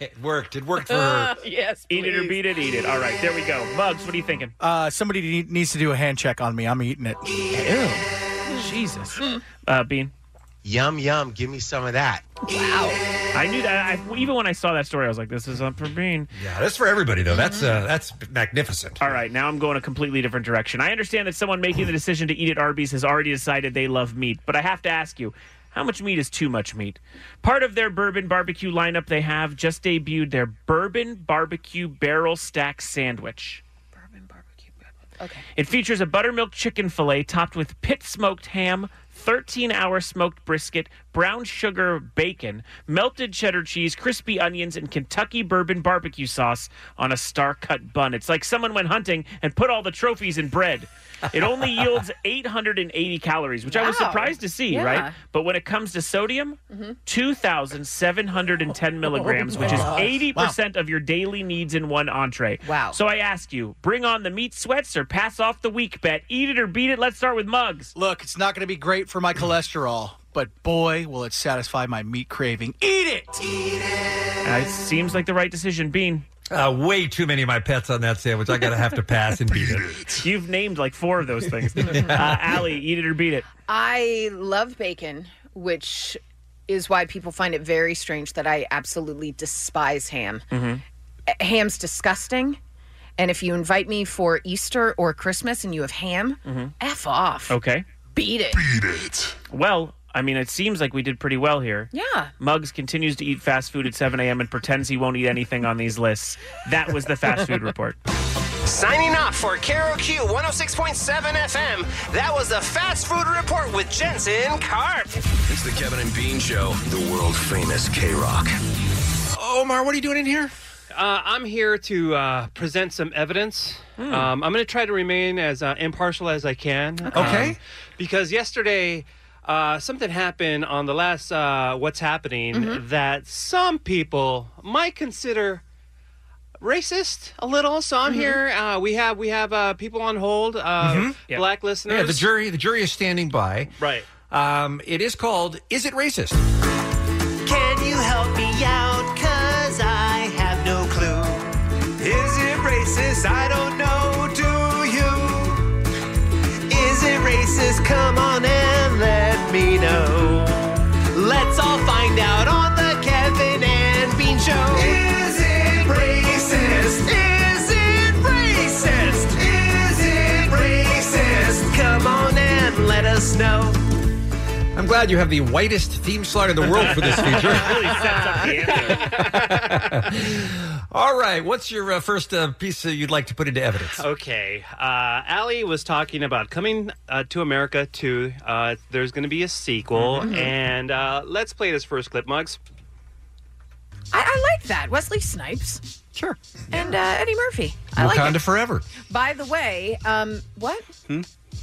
It worked. It worked for her. yes. Eat it or beat it. Eat it. All right, there we go. Bugs, what are you thinking? Uh, somebody need- needs to do a hand check on me. I'm eating it. Jesus. Uh, Bean. Yum yum. Give me some of that. Wow. I knew that. I, even when I saw that story, I was like, "This is up for Bean." Yeah, that's for everybody though. That's uh, that's magnificent. All right, now I'm going a completely different direction. I understand that someone making the decision to eat at Arby's has already decided they love meat, but I have to ask you: How much meat is too much meat? Part of their bourbon barbecue lineup, they have just debuted their bourbon barbecue barrel stack sandwich. Okay. It features a buttermilk chicken fillet topped with pit smoked ham, 13 hour smoked brisket, brown sugar bacon, melted cheddar cheese, crispy onions, and Kentucky bourbon barbecue sauce on a star cut bun. It's like someone went hunting and put all the trophies in bread. It only yields 880 calories, which I was Wow. surprised to see, Yeah. right? But when it comes to sodium, Mhm. 2,710 milligrams, which is Oh, gosh. 80% of your daily needs in one entree. Wow. So I ask you, bring on the meat sweats or pass off the weak bet. Eat it or beat it. Let's start with mugs. Look, it's not going to be great for my cholesterol, but boy, will it satisfy my meat craving. Eat it! Uh, it seems like the right decision, Bean. Uh, way too many of my pets on that sandwich. I gotta have to pass and beat it. You've named like four of those things. uh, Allie, eat it or beat it. I love bacon, which is why people find it very strange that I absolutely despise ham. Uh, Ham's disgusting. And if you invite me for Easter or Christmas and you have ham, F off. Okay. Beat it. it. Well, I mean, it seems like we did pretty well here. Yeah. Muggs continues to eat fast food at 7 a.m. and pretends he won't eat anything on these lists. That was the fast food report. Signing off for KROQ 106.7 FM. That was the Fast Food Report with Jensen Carp. It's the Kevin and Bean Show, the world famous K Rock. Oh, Omar, what are you doing in here? Uh, I'm here to uh, present some evidence. Um, I'm going to try to remain as uh, impartial as I can. Okay. because yesterday, uh, something happened on the last uh, What's Happening that some people might consider racist a little. So I'm here. Uh, we have we have uh, people on hold, uh, Mm-hmm. black listeners. Yeah, the jury the jury is standing by. Right. Um, it is called Is It Racist? Can you help me out? Cause I have no clue. Is it racist? I don't know. Do you? Is it racist? Come on and let me know. Let's all find out on the Kevin and Bean Show. Is it racist? Is it racist? Is it racist? Come on and let us know. I'm glad you have the whitest theme slide in the world for this feature. All right, what's your uh, first uh, piece uh, you'd like to put into evidence? Okay. Uh, Allie was talking about coming uh, to America 2. Uh, there's going to be a sequel. Mm-hmm. Mhm. And uh, let's play this first clip, Mugs. I, I like that. Wesley Snipes. Sure. And uh, Eddie Murphy. I like Wakanda it. forever. By the way, um, what? Hmm?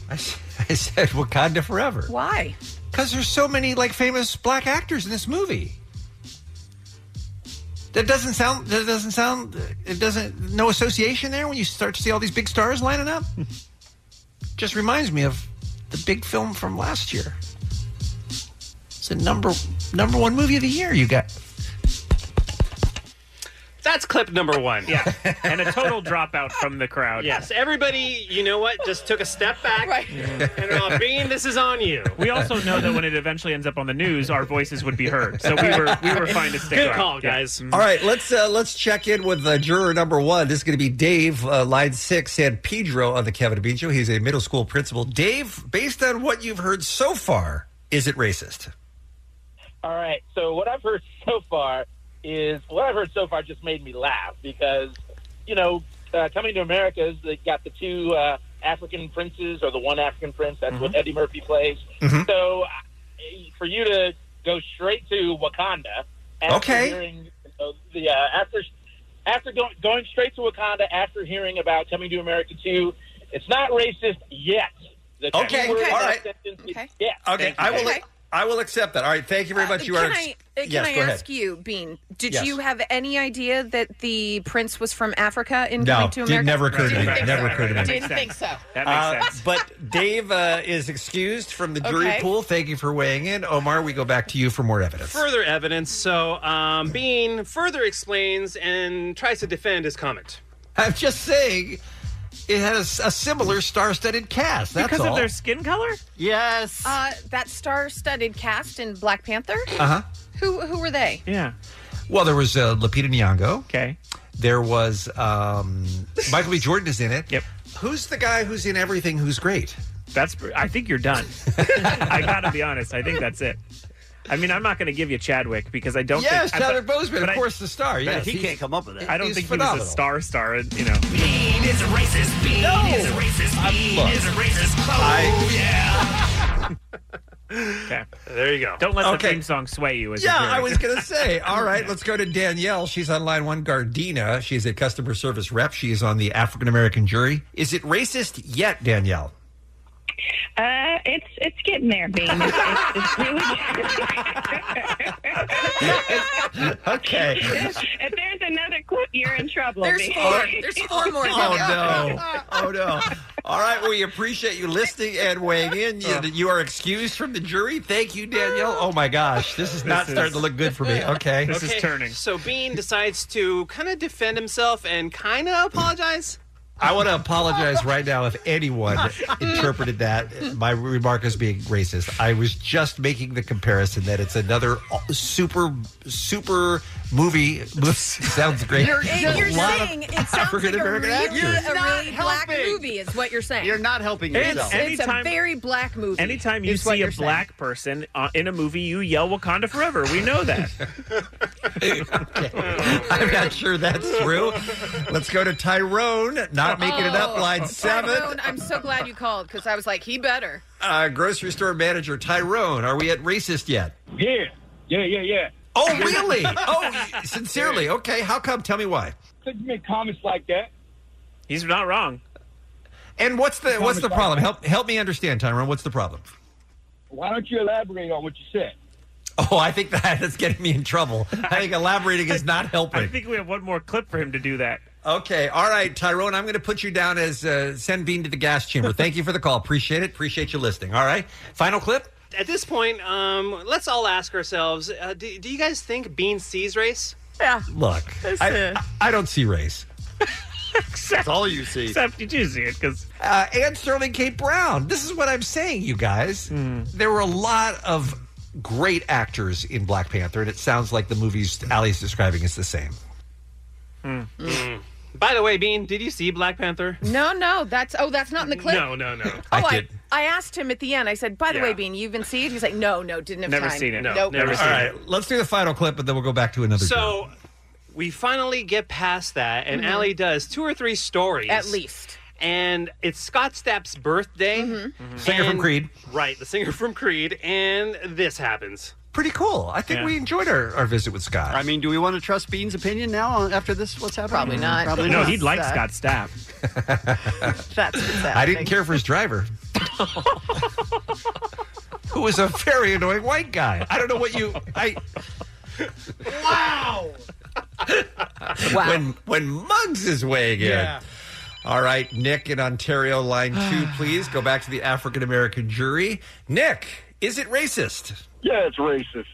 I, s- I said Wakanda forever. Why? Because there's so many like famous black actors in this movie. That doesn't sound. That doesn't sound. It doesn't. No association there when you start to see all these big stars lining up. Just reminds me of the big film from last year. It's the number number one movie of the year. You got That's clip number one. Yeah. And a total dropout from the crowd. Yes. Everybody, you know what? Just took a step back. Right. And uh, Bean, this is on you. We also know that when it eventually ends up on the news, our voices would be heard. So we were we were fine to stick Good around. call, Yeah. guys. All right, let's uh, let's check in with uh, juror number one. This is going to be Dave, uh, line six, San Pedro on the Kevin Bean Show. He's a middle school principal. Dave, based on what you've heard so far, is it racist? All right. So what I've heard so far is what I've heard so far just made me laugh because you know uh, coming to America is they got the two uh, African princes or the one African prince. That's Mm-hmm. what Eddie Murphy plays. So uh, for you to go straight to Wakanda after Okay. hearing you know, the uh, after after going going straight to Wakanda after hearing about coming to America too, it's not racist yet. The two Okay. words Okay. All right. sentence is Yes. Okay, Thank you. I will. I will accept that. All right, thank you very much. you can are. I, uh, can yes, I go ask ahead. you, Bean? Did Yes. you have any idea that the prince was from Africa in No, coming to did- America? never occurred to me. Didn't think Never so. occurred to me. Didn't That think makes so. Uh, but Dave uh, is excused from the jury Okay. pool. Thank you for weighing in, Omar. We go back to you for more evidence. Further evidence. So um, Bean further explains and tries to defend his comment. I'm just saying, it had a, s- a similar star-studded cast. That's Because of all. their skin color. Yes. Uh, that star-studded cast in Black Panther. Uh-huh. Uh huh. Who who were they? Yeah. Well, there was uh, Lupita Nyong'o. Okay. There was um, Michael B. Jordan is in it. Yep. Who's the guy who's in everything? Who's great? That's. I think you're done. I gotta be honest. I think that's it. I mean, I'm not going to give you Chadwick because I don't. Yes, think, I- Chadwick Boseman, but of I- course, the star. but Yes, he he's- can't come up with that. I don't he's think he was phenomenal. a star star. and, You know, Bean is a racist. Bean is a racist. Bean look, is a racist. Oh, I- yeah. okay. There you go. Don't let Okay. the theme song sway you. Is yeah, the theory. I was going to say. All right, let's go to Danielle. She's on line one, Gardena. She's a customer service rep. She is on the African American jury. Is it racist yet, Danielle? Uh, it's it's getting there, Bean. It's, it's, it's really okay. if there's another clip, you're in trouble. There's Bean. four. There's four more. Oh no! Oh no! All right. We appreciate you listening and weighing in. Uh. You, you are excused from the jury. Thank you, Danielle. Oh my gosh, this is not This is- starting to look good for me. Okay, Okay, So Bean decides to kind of defend himself and kind of apologize. I want to apologize right now if anyone interpreted that my remark as being racist. I was just making the comparison that it's another super super movie. Sounds great. You're, you're A lot of saying it sounds like a African-American really, actors. a really black helping. movie is what you're saying. You're not helping It's- yourself. It's, a anytime- very black movie. Anytime you is what see a you're saying. black person uh, in a movie, you yell Wakanda forever. We know that. I'm not sure that's true. Let's go to Tyrone, not making it up, Oh, line Tyrone, seven. I'm so glad you called because I was like, he better. Uh, grocery store manager Tyrone, are we at racist yet? Yeah, yeah, yeah, yeah. Oh, really? oh, sincerely. Okay, how come? Tell me why. Could you make comments like that? He's not wrong. And what's the what's the problem? Help help me understand, Tyrone. What's the problem? Why don't you elaborate on what you said? Oh, I think that that's getting me in trouble. I think elaborating is not helping. I think we have one more clip for him to do that. Okay, all right, Tyrone. I'm going to put you down as uh, send Bean to the gas chamber. Thank you for the call. Appreciate it. Appreciate you listening. All right, final clip. At this point, um, let's all ask ourselves: uh, do, do you guys think Bean sees race? Yeah. Look, That's I, it. I, I don't see race. That's all you see. Except you do see it because Uh, and Sterling K. Brown. This is what I'm saying, you guys. Hmm. There were a lot of great actors in Black Panther, and it sounds like the movies Ali's describing is the same. Hmm. Mm. By the way, Bean, did you see Black Panther? No, no, that's oh, that's not in the clip. No, no, no. Oh, I, I asked him at the end. I said, "By the Yeah. way, Bean, you even see it?" He's like, "No, no, didn't have time. All Nope. right, let's do the final clip, and then we'll go back to another. So we finally get past that, and Mhm. Allie does two or three stories At least. Mm-hmm. And it's Scott Stapp's birthday. Mm-hmm. Singer from And- Creed. Right, the singer from Creed, and this happens. Pretty cool. I think Yeah. we enjoyed our, our visit with Scott. I mean, do we want to trust Bean's opinion now on- after this? What's happening? Probably not. Probably no, not. he'd like Uh, Scott Stapp. That's I didn't care for his driver. Who was a very annoying white guy. I don't know what you I Wow. wow. when when Muggs is weighing in. Yeah. All right, Nick in Ontario line 2, please go back to the African American jury. Nick, is it racist? Yeah, it's racist.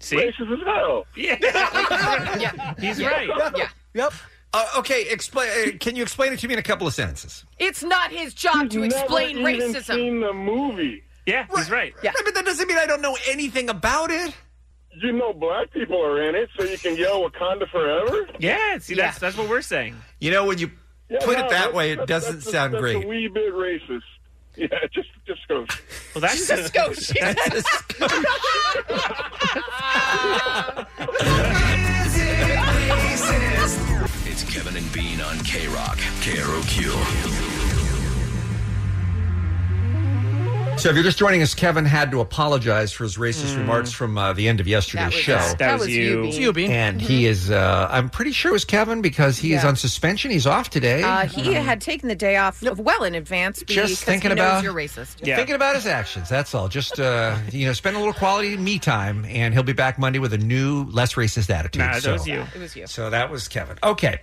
Racist as hell. yeah. He's Yeah. right. Yeah. Yep. Uh, okay, explain uh, can you explain it to me in a couple of sentences? It's not his job to explain racism. the movie. Yeah, he's right. Yeah. but that doesn't mean I don't know anything about it. You know, black people are in it, so you can yell Wakanda forever. Yeah, see, that's that's what we're saying. You know, when you Yeah, put no, it that that's- way, it that's- doesn't that's a- sound that's great. A wee bit racist. Yeah, just just go. Well, that's Just go, she That's a It's Kevin and Bean on K Rock, KROQ. So, if you're just joining us, Kevin had to apologize for his racist remarks from uh, the end of Hmm. That yesterday's was- show. that That was was you. you, Bean. It's you, Bean. And he is, uh, I'm pretty sure it was Kevin because he is Yeah. on suspension. He's off today. Um, Uh, he had taken the day off well in advance because just thinking he knows about you're racist. Thinking about his actions. That's all. Just uh, you know, spend a little quality me time, and he'll be back Monday with a new, less racist attitude. Nah, that So- was you. It was you. So that was Kevin. Okay.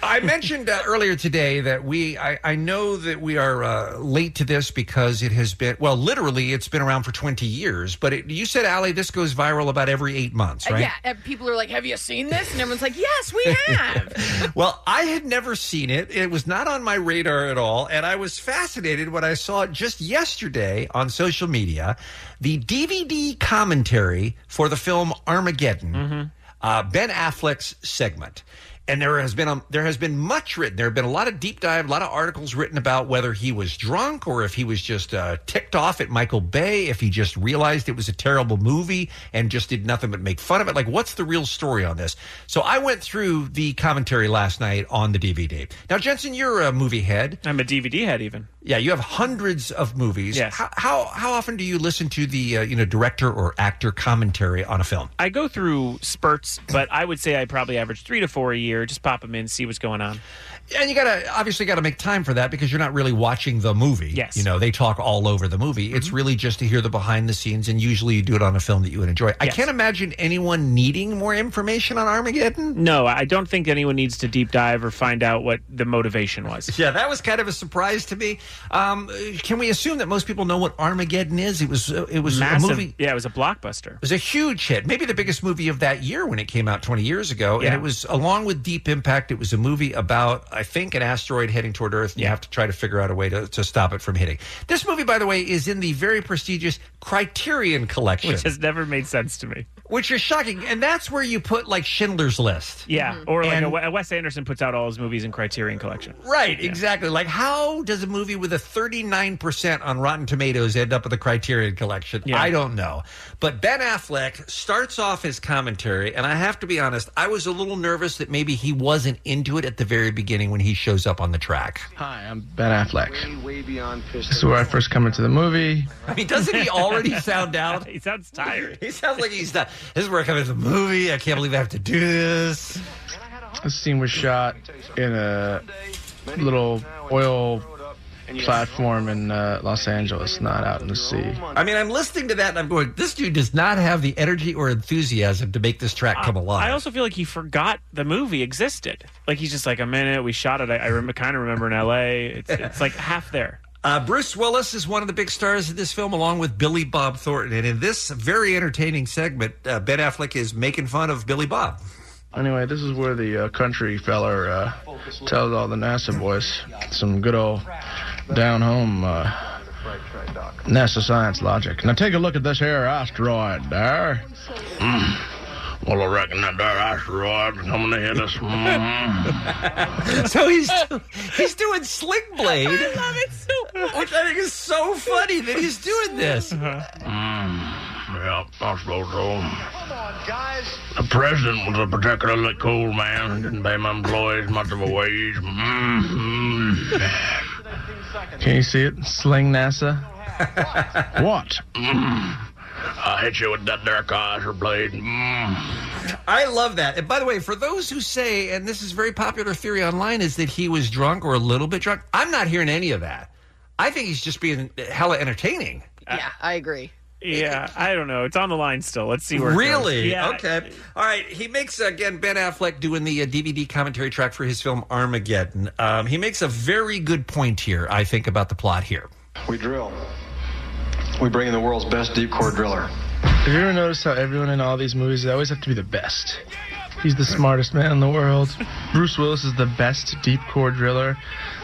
I mentioned uh, earlier today that we, I, I know that we are uh, late to this because it has been, well, literally, it's been around for 20 years. But it, you said, Allie, this goes viral about every eight months, Uh, right? Yeah, and people are like, "Have you seen this?" And everyone's like, "Yes, we have." Well, I had never seen it. It was not on my radar at all. And I was fascinated when I saw it just yesterday on social media the DVD commentary for the film Armageddon, uh, Ben Affleck's segment. and there has been um, there has been much written. There have been a lot of deep dive, a lot of articles written about whether he was drunk or if he was just uh, ticked off at Michael Bay, if he just realized it was a terrible movie and just did nothing but make fun of it. Like, what's the real story on this? So I went through the commentary last night on the DVD. Now, Jensen, you're a movie head. I'm a DVD head, even. Yeah, you have hundreds of movies. Yes. How how, how often do you listen to the uh, you know director or actor commentary on a film? I go through spurts, but I would say I probably average three to four a year. Just pop them in, see what's going on. And you gotta obviously gotta make time for that because you're not really watching the movie. Yes. You know, they talk all over the movie. Mm-hmm. It's really just to hear the behind the scenes, and usually you do it on a film that you would enjoy. I Yes. can't imagine anyone needing more information on Armageddon. No, I don't think anyone needs to deep dive or find out what the motivation was. Yeah, that was kind of a surprise to me. Um, uh, can we assume that most people know what Armageddon is? It was uh, it was Massive. a movie. Yeah, it was a blockbuster. It was a huge hit, maybe the biggest movie of that year when it came out 20 years ago. And Yeah. it was, along with Deep Impact, it was a movie about, I think, an asteroid heading toward Earth. And You have to try to figure out a way to, to stop it from hitting. This movie, by the way, is in the very prestigious Criterion Collection, Which has never made sense to me. which is shocking. And that's where you put, like, Schindler's List. Yeah, or like And- a, a Wes Anderson puts out all his movies in Criterion Collection. Right, exactly. Like, how does a movie with a 39% on Rotten Tomatoes end up with a Criterion collection? I don't know. But Ben Affleck starts off his commentary, and I have to be honest, I was a little nervous that maybe he wasn't into it at the very beginning when he shows up on the track. Hi, I'm Ben Affleck. Way beyond This is where I first come into the movie. I mean, doesn't he already sound out? he sounds tired. He sounds like he's not. This is where I come into the movie. I can't believe I have to do this. This scene was shot in a little oil platform in uh, Los Angeles, not out in the sea. I mean, I'm listening to that and I'm going, this dude does not have the energy or enthusiasm to make this track come alive. I also feel like he forgot the movie existed. Like he's just like a minute. We shot it. I, I rem- kind of remember in L.A. It's, it's like half there. Uh, Bruce Willis is one of the big stars of this film, along with Billy Bob Thornton. And in this very entertaining segment, uh, Ben Affleck is making fun of Billy Bob. Anyway, this is where the uh, country feller uh, tells all the NASA boys some good old down home uh, NASA science logic. Now take a look at this here asteroid there. Mm. Well, I reckon that there asteroid is coming to hit us. Mm-hmm. Mm. so he's he's doing Sling Blade. I love it so much. Which I think is so funny that he's doing this. Mm, Yeah, I suppose so. The president was a particularly cool man and didn't pay my employees much of a wage. Mm-hmm. Can you see it? Sling NASA. what? Mm. I hit you with that there Kaiser blade. I love that. And by the way, for those who say, and this is very popular theory online, is that he was drunk or a little bit drunk, I'm not hearing any of that. I think he's just being hella entertaining. Yeah, I agree. Yeah, I don't know. It's on the line still. Let's see where. it goes. Really? Yeah. Okay. All right. He makes again Ben Affleck doing the uh, DVD commentary track for his film Armageddon. Um, he makes a very good point here, I think, about the plot here. We drill. We bring in the world's best deep core driller. Have you ever noticed how everyone in all these movies they always have to be the best? He's the smartest man in the world. Bruce Willis is the best deep core driller.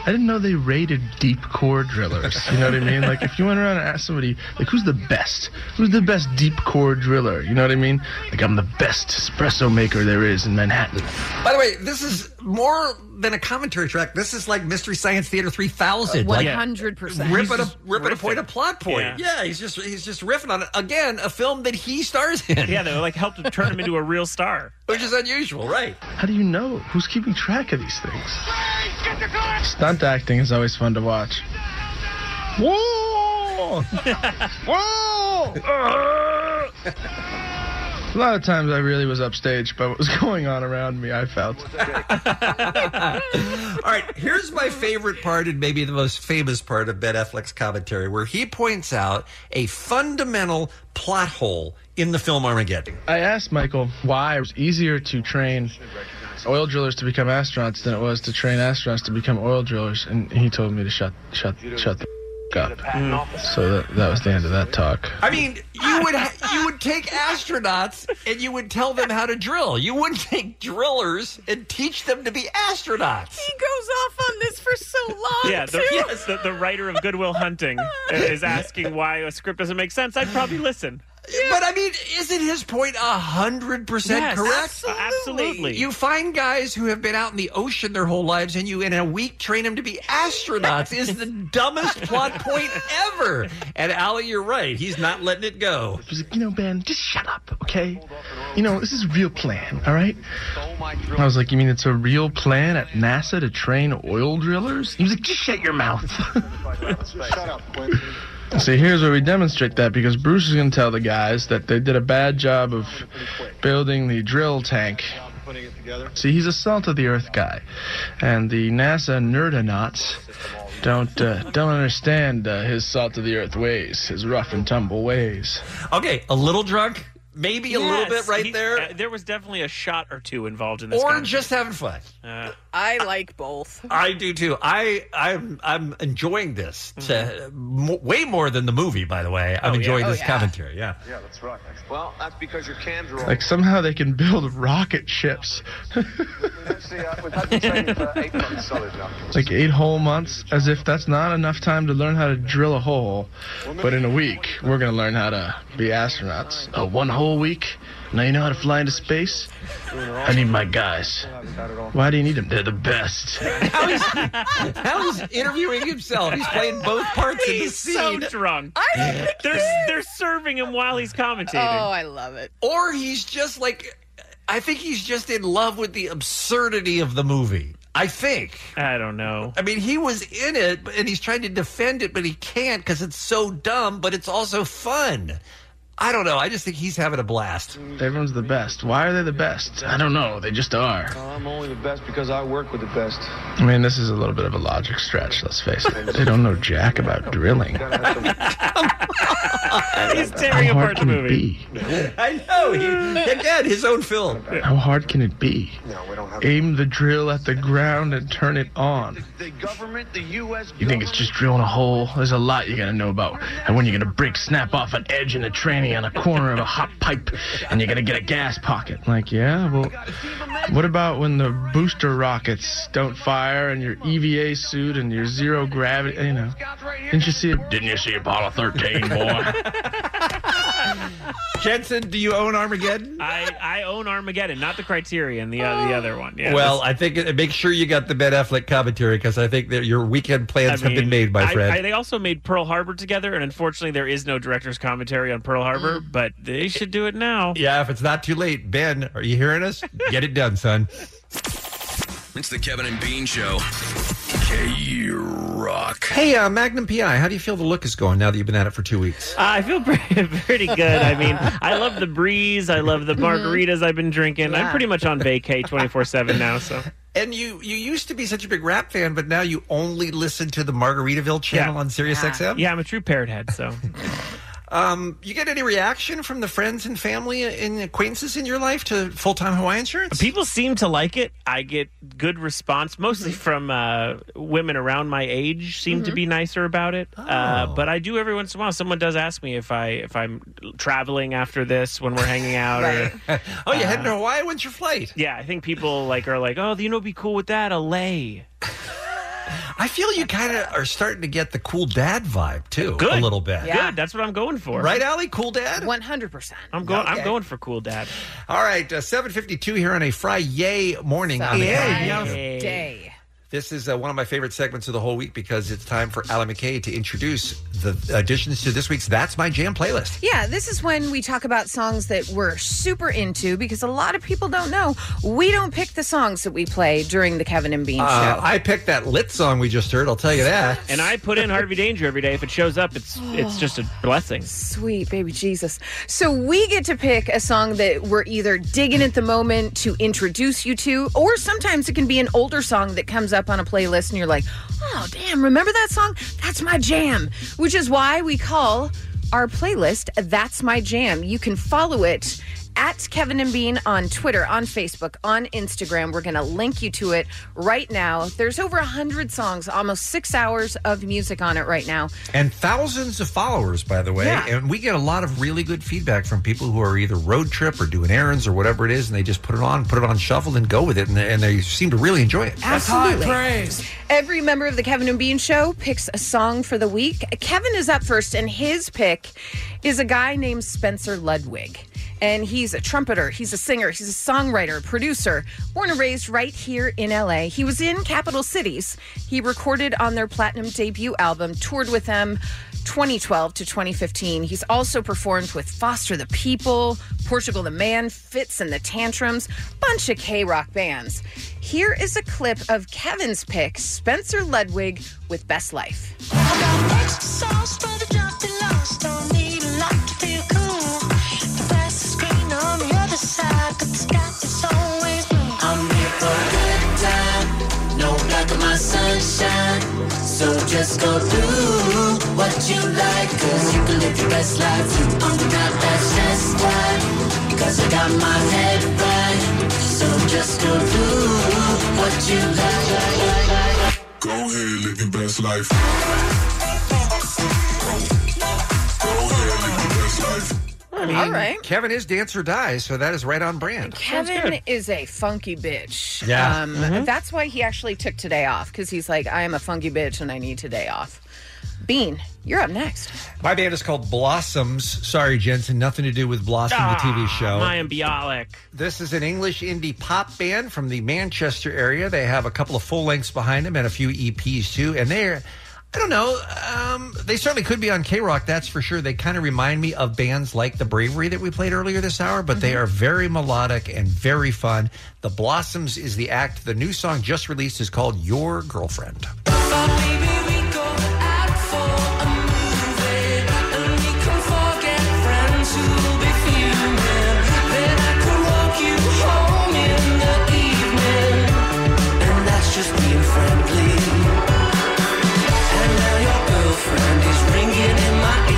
I didn't know they rated deep core drillers. You know what I mean? Like if you went around and asked somebody, like who's the best? Who's the best deep core driller? You know what I mean? Like I'm the best espresso maker there is in Manhattan. By the way, this is more than a commentary track. This is like Mystery Science Theater 3000. Like, 100%. Ripping a, ripping a point, a plot point. Yeah. Yeah. he's just he's just riffing on it. Again, a film that he stars in. Yeah, they like helped turn him into a real star. Which is unusual, right? How do you know? Who's keeping track of these things? Stunt acting is always fun to watch. Whoa! Whoa! A lot of times I really was upstaged by what was going on around me, I felt. All right, here's my favorite part and maybe the most famous part of Ben Affleck's commentary, where he points out a fundamental plot hole in the film Armageddon. I asked Michael why it was easier to train oil drillers to become astronauts than it was to train astronauts to become oil drillers, and he told me to shut shut shut the f- up. So that, that was the end of that talk. I mean, you would ha- you would take astronauts and you would tell them how to drill. You wouldn't take drillers and teach them to be astronauts. He goes off on this for so long. Yeah, the, too. the, uh, the writer of Goodwill Hunting is asking why a script doesn't make sense. I'd probably listen. But I mean, isn't his point a hundred percent Yes, correct? absolutely. Absolutely. You find guys who have been out in the ocean their whole lives, and you in a week train them to be astronauts. is the dumbest plot point ever. And Allie, you're right. He's not letting it go. He's like, you know, Ben, just shut up, okay? You know, this is real plan, all right? I was like, you mean it's a real plan at NASA to train oil drillers? He was like, just shut your mouth. Shut up, See, here's where we demonstrate that because Bruce is going to tell the guys that they did a bad job of building the drill tank. See, he's a salt of the earth guy, and the NASA nerdonauts don't uh, don't understand uh, his salt of the earth ways, his rough and tumble ways. Okay, a little drunk, maybe a little bit right there. uh, there was definitely a shot or two involved in this. Or conflict. just having fun. Uh, I like both. I do too. I I'm I'm enjoying this to, mo- way more than the movie. By the way, I'm Mm-hmm. Oh, yeah. enjoying Oh, this yeah. commentary. Yeah. Yeah, that's right. Well, that's because your cams are Like somehow they can build rocket ships. See, uh, we've had the training for eight months solid now. like eight whole months, as if that's not enough time to learn how to drill a hole. But in a week, we're going to learn how to be astronauts. Oh, one whole week? Now you know how to fly into space? I need my guys. Why do you need them? They're the best. How he's, how he's interviewing himself. He's playing both parts of the He's so scene. drunk. they're they're serving him while he's commentating. Oh, love it. Or he's just like, I think he's just in love with the absurdity of the movie. I think. I don't know. I mean, he was in it, but- and he's trying to defend it, but he can't because it's so dumb. But it's also fun. I don't know. I just think he's having a blast. Everyone's the best. Why are they the best? I don't know. They just are. Uh, I'm only the best because I work with the best. I mean, this is a little bit of a logic stretch, let's face it. They don't know jack about drilling. He's tearing How hard apart the can it movie. be? I know. He, again, his own film. How hard can it be? Aim the drill at the ground and turn it on. The government, the U.S. You think it's just drilling a hole? There's a lot you gotta know about. And when you're gonna break, snap off an edge in a tranny on a corner of a hot pipe, and you're gonna get a gas pocket. Like, yeah, well, what about when the booster rockets don't fire and your EVA suit and your zero gravity, you know? Didn't you see it? Didn't you see Apollo 13, boy? Jensen, do you own Armageddon? I, I own Armageddon, not the Criterion, the uh, the other one. Yeah, well, this- I think it, make sure you got the Ben Affleck commentary because I think that your weekend plans have been mean, made, my I- friend. I- they also made Pearl Harbor together, and unfortunately, there is no director's commentary on Pearl Harbor, but they should do it now. yeah, if it's not too late, Ben, are you hearing us? Get it done, son. It's the Kevin and Bean Show. K Rock. Hey, uh, Magnum PI, how do you feel the look is going now that you've been at it for two weeks? I feel pretty, pretty good. I mean, I love the breeze. I love the margaritas I've been drinking. I'm Yeah. pretty much on vacay 24 7 now. So And you you used to be such a big rap fan, but now you only listen to the Margaritaville channel on Sirius XM. Yeah, I'm a true parrot head. So Um, you get any reaction from the friends and family and acquaintances in your life to full time Hawaii insurance? people seem to like it. I get good response, mostly from uh, women around my age. Seem to Mhm. be nicer about it. Uh, but I do every once in a while. Someone does ask me if I if I'm traveling after this when we're hanging out. or, oh, you're Uh, heading to Hawaii. When's your flight? Yeah, I think people like are like, oh, you know, it'd be cool with that. LA. I feel you kind of are starting to get the cool dad vibe too, Good. a little bit. Yeah. Good. That's what I'm going for. Right, Allie? Cool dad? 100%. I'm going. Okay. I'm going for cool dad. All right, uh, seven fifty two here on a Friday morning. on the Kevin and Bean Show. Day. This is uh, one of my favorite segments of the whole week because it's time for Allie McKay to introduce the additions to this week's That's My Jam playlist. Yeah, this is when we talk about songs that we're super into because a lot of people don't know we don't pick the songs that we play during the Kevin and Bean Uh, show. I picked that lit song we just heard. I'll tell you that. And I put in Harvey Danger every day. If it shows up, it's it's just a blessing. Sweet baby Jesus. So we get to pick a song that we're either digging at the moment to introduce you to, or sometimes it can be an older song that comes up on a playlist and you're like, oh, damn, remember that song? That's my jam, which is why we call our playlist That's My Jam. You can follow it at Kevin and Bean on Twitter, on Facebook, on Instagram. We're going to link you to it right now. There's over 100 songs, almost six hours of music on it right now. And thousands of followers, by the way. Yeah. And we get a lot of really good feedback from people who are either road trip or doing errands or whatever it is, and they just put it on, put it on shuffle, and go with it. And they, and they seem to really enjoy it. Absolutely. Every member of the Kevin and Bean Show picks a song for the week. Kevin is up first, and his pick is a guy named Spencer Ludwig. And he's a trumpeter, he's a singer, he's a songwriter, producer, born and raised right here in LA. He was in capital cities. He recorded on their platinum debut album, toured with them 2012 to 2015. He's also performed with Foster the People, Portugal the Man, Fits and the Tantrums, bunch of K rock bands. Here is a clip of Kevin's pick, Spencer Ludwig with Best Life. Sauce for the dirty looks. Don't need a lot to feel cool. The grass is green on the other side, but the sky is always blue. I'm here for a good time. No black on my sunshine. So just go through what you like, cause you can live your best life too. I'm not that stressed out, because I got my head right. So just go through what you like. Go ahead, live your best life. I mean, All right. Kevin is dance or die, so that is right on brand. Kevin is a funky bitch. Yeah. Um, Mhm. That's why he actually took today off, because he's like, I am a funky bitch and I need today off. Bean, you're up next. My band is called Blossoms. Sorry, Jensen, nothing to do with Blossom, the TV show. I am Bialik. This is an English indie pop band from the Manchester area. They have a couple of full lengths behind them and a few EPs too. And they're, I don't know, um, they certainly could be on K Rock, that's for sure. They kind of remind me of bands like The Bravery that we played earlier this hour, but they are very melodic and very fun. The Blossoms is the act. The new song just released is called Your Girlfriend.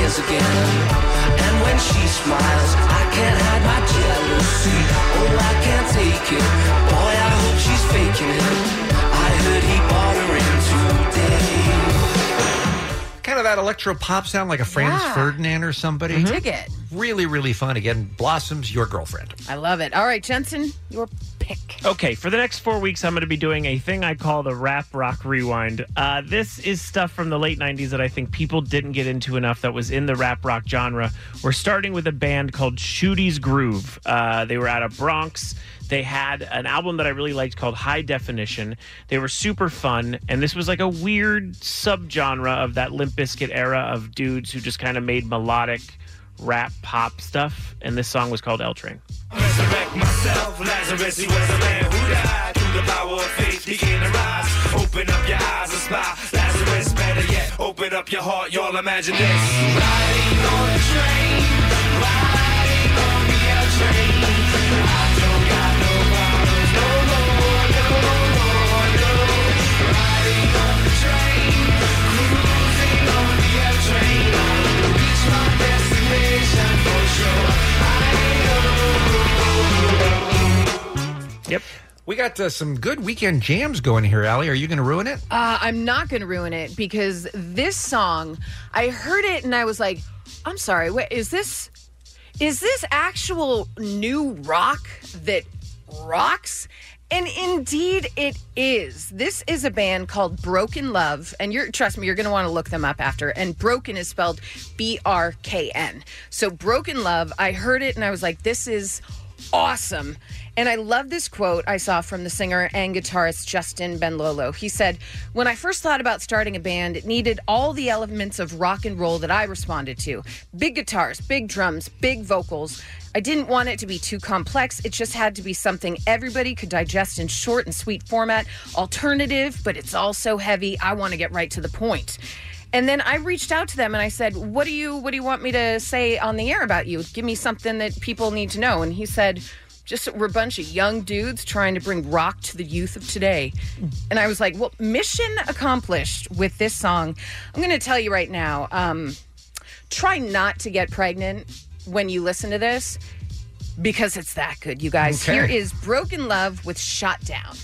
Again, and when she smiles, I can't hide my jealousy. Oh, I can't take it. Boy, I hope she's faking it. I heard he bought her in today. Kind of that electro pop sound like a Franz Yeah. Mm-hmm. Ferdinand or somebody. Dig it. Really, really fun. Again, Blossoms, Your Girlfriend. I love it. All right, Jensen, your pick. Okay, for the next four weeks, I'm going to be doing a thing I call the Rap Rock Rewind. Uh, this is stuff from the late 90s that I think people didn't get into enough that was in the rap rock genre. We're starting with a band called Shooties Groove. Uh, they were out of Bronx. They had an album that I really liked called High Definition. They were super fun, and this was like a weird subgenre of that Limp Bizkit era of dudes who just kind of made melodic rap pop stuff. And this song was called L Train. resurrect myself. Lazarus, he was a man who died through the power of faith. He can arise. Open up your eyes and spy. Lazarus, better yet, open up your heart. Y'all imagine this. Riding on a train. Riding on the L train. I don't got no problems no more, no more, no. Riding on the train. Cruising on the L train. I'll reach my destination for sure. Yep. We got uh, some good weekend jams going here, Allie. Are you going to ruin it? Uh, I'm not going to ruin it because this song, I heard it and I was like, I'm sorry, wait, is this is this actual new rock that rocks? And indeed it is. This is a band called Broken Love and you're trust me you're going to want to look them up after and Broken is spelled B R K N. So Broken Love, I heard it and I was like this is awesome. And I love this quote I saw from the singer and guitarist Justin Benlolo. He said, When I first thought about starting a band, it needed all the elements of rock and roll that I responded to big guitars, big drums, big vocals. I didn't want it to be too complex. It just had to be something everybody could digest in short and sweet format, alternative, but it's also heavy. I want to get right to the point. And then I reached out to them and I said, "What do you what do you want me to say on the air about you? Give me something that people need to know." And he said, "Just that we're a bunch of young dudes trying to bring rock to the youth of today." And I was like, "Well, mission accomplished with this song." I'm going to tell you right now. Um, try not to get pregnant when you listen to this. because it's that good, you guys. Okay. Here is Broken Love with Shot Down.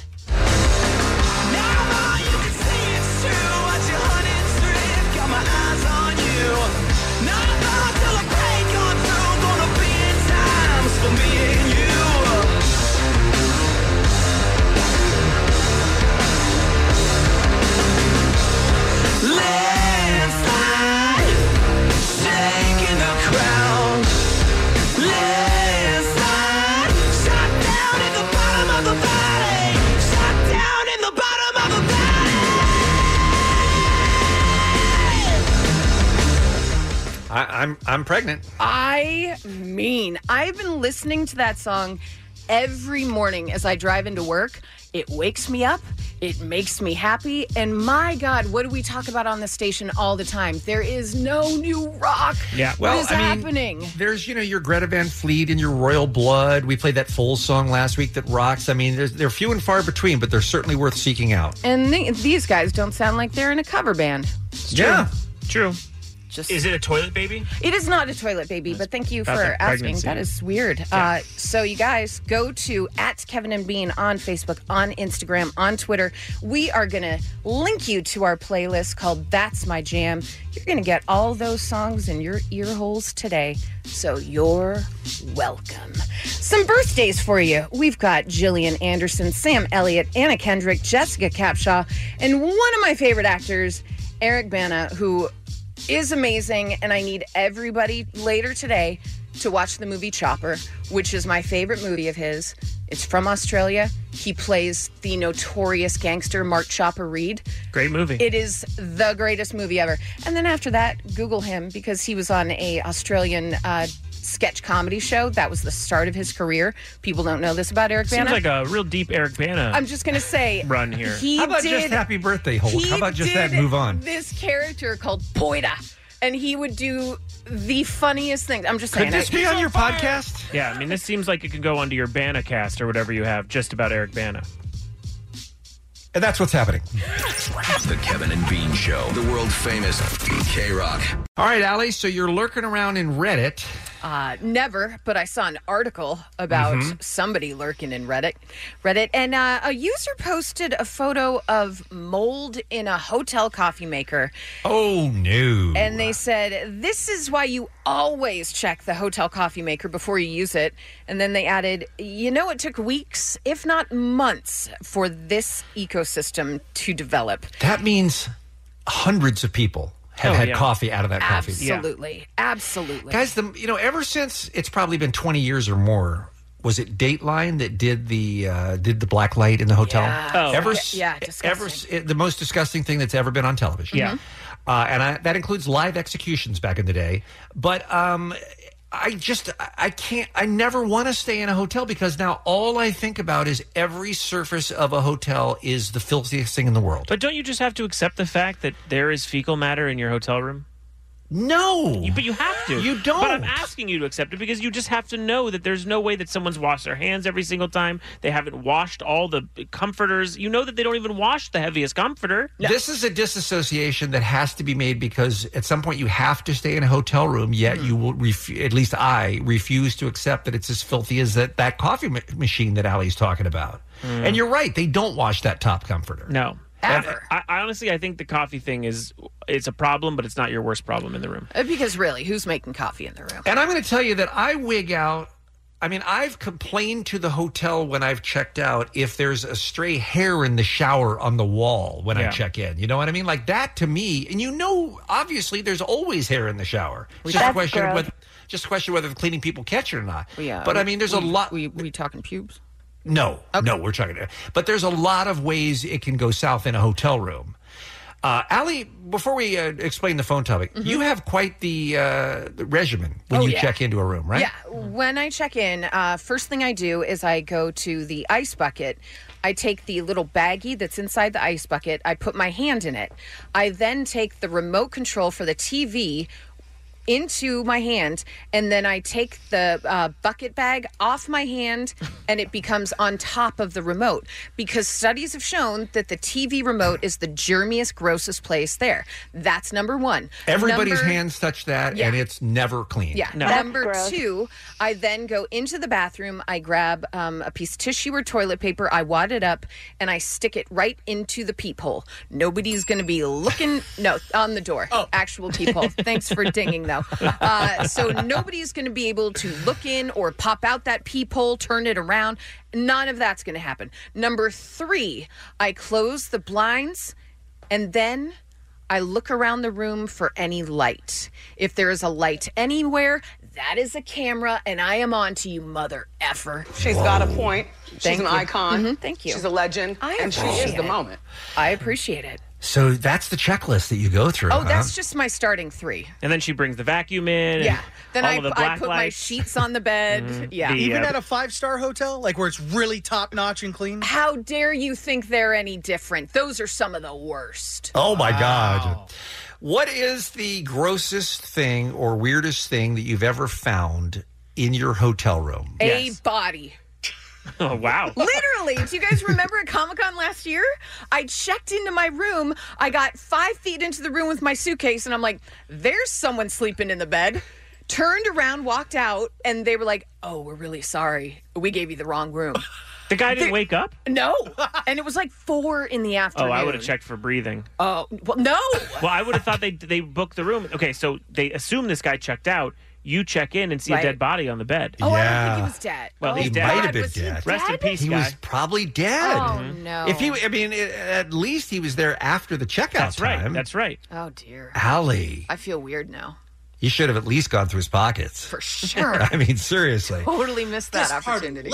I, I'm I'm pregnant. I mean, I've been listening to that song every morning as I drive into work. It wakes me up, it makes me happy, and my God, what do we talk about on the station all the time? There is no new rock. Yeah. well, Well, what is I mean, happening? There's, you know, your Greta Van Fleet and your Royal Blood. We played that full song last week that rocks. I mean, there's, they're few and far between, but they're certainly worth seeking out. and the- these guys don't sound like they're in a cover band. Yeah. True. Just Is it a toilet baby? It is not a toilet baby, but thank you for about that asking. pregnancy. That is weird. Uh, so, you guys go to at Kevin and Bean on Facebook, on Instagram, on Twitter. We are going to link you to our playlist called That's My Jam. You're going to get all those songs in your ear holes today. So, you're welcome. Some birthdays for you. We've got Jillian Anderson, Sam Elliott, Anna Kendrick, Jessica Capshaw, and one of my favorite actors, Eric Bana, who is amazing, and I need everybody later today to watch the movie Chopper, which is my favorite movie of his. It's from Australia. He plays the notorious gangster Mark Chopper Reed. Great movie. It is the greatest movie ever. And then after that, Google him because he was on a Australian uh, sketch comedy show. That was the start of his career. People don't know this about Eric Seems Bana. like a real deep Eric Bana. I'm just gonna say run here. He How about did, just happy birthday, Holt? he How about just that? did Move on. This character called Poida, and he would do the funniest things. I'm just saying. I- podcast? Yeah, I mean, this seems like it could go onto your Bana cast or whatever you have, just about Eric Bana. And that's what's happening. The Kevin and Bean Show, the world famous K Rock. All right, Allie. So you're lurking around in Reddit. Uh, never, but I saw an article about Mhm. somebody lurking in Reddit, Reddit, and uh, a user posted a photo of mold in a hotel coffee maker. Oh no! And they said, This is why you always check the hotel coffee maker before you use it. And then they added, You know, it took weeks, if not months, for this ecosystem to develop. That means hundreds of people have Oh, had yeah. coffee out of that coffee. Absolutely. Absolutely. Guys, the you know, ever since it's probably been twenty years or more. Was it Dateline that did the uh, did the black light in the hotel? Yeah. Oh. ever Yeah, s- E-, yeah, ever s- it- the most disgusting thing that's ever been on television. Yeah. Mhm. uh, and I, that includes live executions back in the day. But um, I just I- I can't I never want to stay in a hotel because now all I think about is every surface of a hotel is the filthiest thing in the world. But don't you just have to accept the fact that there is fecal matter in your hotel room? No. but you have to. You don't. But I'm asking you to accept it because you just have to know that there's no way that someone's washed their hands every single time. They haven't washed all the comforters. You know that they don't even wash the heaviest comforter. This is a disassociation that has to be made because at some point you have to stay in a hotel room. Yet you will, ref- at least I refuse to accept that it's as filthy as that that coffee ma- machine that Ali's talking about. And you're right; they don't wash that top comforter. No. Ever. I, I honestly, I think the coffee thing is it's a problem, but it's not your worst problem in the room. Uh, Because really, who's making coffee in the room? And I'm going to tell you that I wig out. I mean, I've complained to the hotel when I've checked out if there's a stray hair in the shower on the wall when I Yeah. check in. You know what I mean? Like that to me, and you know, obviously there's always hair in the shower. It's just a That's question of gross. whether, just a question of whether the cleaning people catch it or not. Yeah. But I mean, there's a We- lot. We we talking pubes? No, no, we're talking. But there's a lot of ways it can go south in a hotel room. Uh, Ali, before we uh, explain the phone topic, you have quite the, uh, the regimen Mm-hmm. when Oh, you yeah. check into a room, right? Yeah. When I check in, uh, first thing I do is I go to the ice bucket. I take the little baggie that's inside the ice bucket. I put my hand in it. I then take the remote control for the TV into my hand, and then I take the uh, bucket bag off my hand, and it becomes on top of the remote because studies have shown that the TV remote is the germiest, grossest place there. That's number one. Everybody's Number- hands touch that, Yeah. and it's never clean. yeah. Number two, I then go into the bathroom. I grab um, a piece of tissue or toilet paper. I wad it up and I stick it right into the peephole. Nobody's going to be looking. No, on the door. Actual peephole. Thanks for dinging, though. Uh, so nobody's going to be able to look in or pop out that peephole, turn it around. None of that's going to happen. Number three, I close the blinds and then I look around the room for any light. If there is a light anywhere, that is a camera, and I am on to you, mother effer. She's got a point. She's Thank an you. icon. Mhm, Thank you. She's a legend. I and she is appreciate the it. moment. I appreciate it. So that's the checklist that you go through. Oh, that's just my starting three. And then she brings the vacuum in. and Yeah. Then all I, of the I black put my lights. sheets on the bed. Mhm. Yeah. The, Even uh, at a five star hotel, like where it's really top notch and clean. How dare you think they're any different? Those are some of the worst. Oh my God. What is the grossest thing or weirdest thing that you've ever found in your hotel room? A body. Oh wow. Literally, do you guys remember at Comic Con last year? I checked into my room. I got five feet into the room with my suitcase, and I'm like, there's someone sleeping in the bed. Turned around, walked out, and they were like, oh, we're really sorry. We gave you the wrong room. The guy didn't wake up? No. And it was like four in the Oh, afternoon. I would have checked for breathing. Oh, well, no. Well, I would have thought they they booked the room. Okay, so they assume this guy checked out. You check in and see Right. a dead body on the bed. Oh, I don't think he was dead. Well, oh, he's he dead. might God, have been was he dead. Rest in dead? peace, He guy. was probably dead. Oh, Mhm. no. If he, I mean, it, at least he was there after the checkout That's right. time. That's right. Oh, dear. Allie, I feel weird now. you should have at least gone through his pockets. For sure. I mean, seriously. totally missed that opportunity.